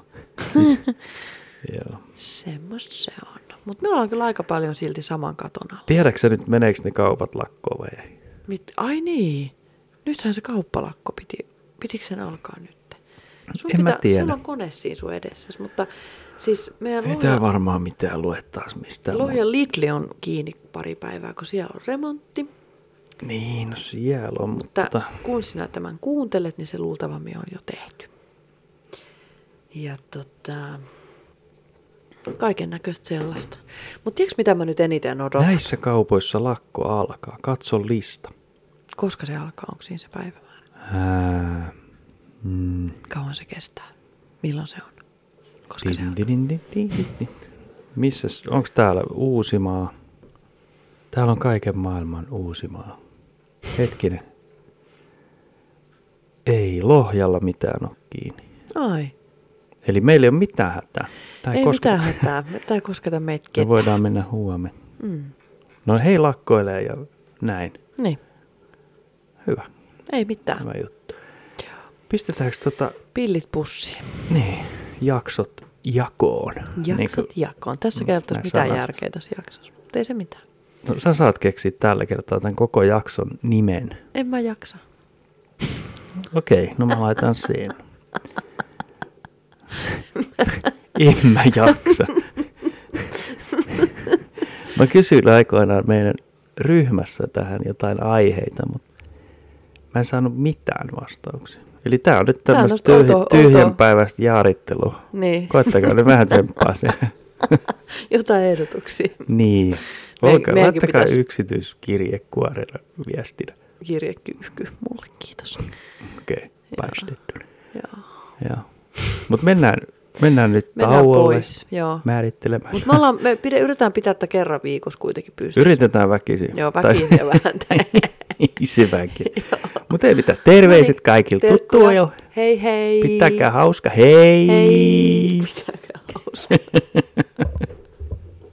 Speaker 1: Sit- joo.
Speaker 2: Semmosta se on. Mutta me ollaan kyllä aika paljon silti saman katon alla.
Speaker 1: Tiedätkö sä nyt, meneekö ne kaupat lakkoon vai ei?
Speaker 2: Mit, ai niin, nythän se kauppalakko piti, pitikö sen alkaa nyt? Sun
Speaker 1: En mä tiedä.
Speaker 2: Sulla on kone siinä sun edessäsi, mutta siis meidän
Speaker 1: Ei tää
Speaker 2: Luja,
Speaker 1: varmaan mitään lue taas mistään. muuta.
Speaker 2: Luja Lidli on kiinni pari päivää, kun siellä on remontti.
Speaker 1: Niin, no siellä on, mutta...
Speaker 2: Mutta
Speaker 1: Tota,
Speaker 2: kun sinä tämän kuuntelet, niin se luultavammin on jo tehty. Ja tota, kaiken näköistä sellaista. Mutta tiedätkö mitä mä nyt eniten odotan?
Speaker 1: näissä kaupoissa lakko alkaa. Katso lista.
Speaker 2: Koska se alkaa, onko siinä se päivämäärä?
Speaker 1: Ää, mm,
Speaker 2: Kauan se kestää? Milloin se on? Koska se
Speaker 1: din,
Speaker 2: on?
Speaker 1: din, din, din, din, din. Missäs, onks täällä Uusimaa? Täällä on kaiken maailman Uusimaa. Hetkinen. Ei Lohjalla mitään ole kiinni.
Speaker 2: Ai,
Speaker 1: Eli meillä ei ole mitään hätää. Tää
Speaker 2: ei, ei
Speaker 1: kosketa-
Speaker 2: mitään hätää. Tämä ei kosketa meitä
Speaker 1: Me
Speaker 2: ketään.
Speaker 1: voidaan mennä huomenna.
Speaker 2: Mm.
Speaker 1: No hei lakkoilee ja näin.
Speaker 2: Niin,
Speaker 1: Hyvä,
Speaker 2: ei mitään.
Speaker 1: hyvä juttu. Pistetäänkö tota,
Speaker 2: Pillit pussiin.
Speaker 1: niin, jaksot jakoon? Niin
Speaker 2: Jaksot
Speaker 1: kuin-
Speaker 2: niin jakoon. Tässä
Speaker 1: Mm,
Speaker 2: kertaa
Speaker 1: näissä
Speaker 2: mitään
Speaker 1: on-
Speaker 2: järkeä tässä jaksossa. Mutta ei se mitään.
Speaker 1: no, sä saat keksiä tällä kertaa tämän koko jakson nimen.
Speaker 2: En mä jaksa.
Speaker 1: Okei, no mä laitan sen. en mä jaksa. mä kysyin aikoinaan meidän ryhmässä tähän jotain aiheita, mutta mä en saanut mitään vastauksia. Eli tää on nyt
Speaker 2: Tää on
Speaker 1: tämmöistä
Speaker 2: just outoa-
Speaker 1: tyhj-
Speaker 2: outoa.
Speaker 1: tyhjänpäiväistä jaarittelua. [laughs]
Speaker 2: Niin.
Speaker 1: Koettakaa nyt vähän tsemppaa
Speaker 2: [laughs]
Speaker 1: se.
Speaker 2: Jotain ehdotuksia
Speaker 1: niin. Olkaa,
Speaker 2: meidänkin
Speaker 1: laittakaa
Speaker 2: pitäisi-
Speaker 1: yksityiskirjekuorella viestinä.
Speaker 2: kirjekyyhky mulle, kiitos.
Speaker 1: Okei, okay, päästettynä.
Speaker 2: Joo.
Speaker 1: Joo. Mutta mennään, mennään nyt
Speaker 2: Mennään
Speaker 1: tauolle
Speaker 2: pois, joo.
Speaker 1: määrittelemään.
Speaker 2: Mutta me, ollaan, me pide, yritetään pitää tätä kerran viikossa kuitenkin pystyssä.
Speaker 1: Yritetään väkisin.
Speaker 2: Joo,
Speaker 1: Tai-
Speaker 2: väkisin
Speaker 1: [laughs]
Speaker 2: ja vähän
Speaker 1: Ei se väkisin. Mutta ei mitään. Terveiset kaikille
Speaker 2: No niin. Terkkuja.
Speaker 1: tuttuja.
Speaker 2: Hei hei.
Speaker 1: Pitäkää hauska. Hei!
Speaker 2: [laughs] Hei. Pitäkää hauska.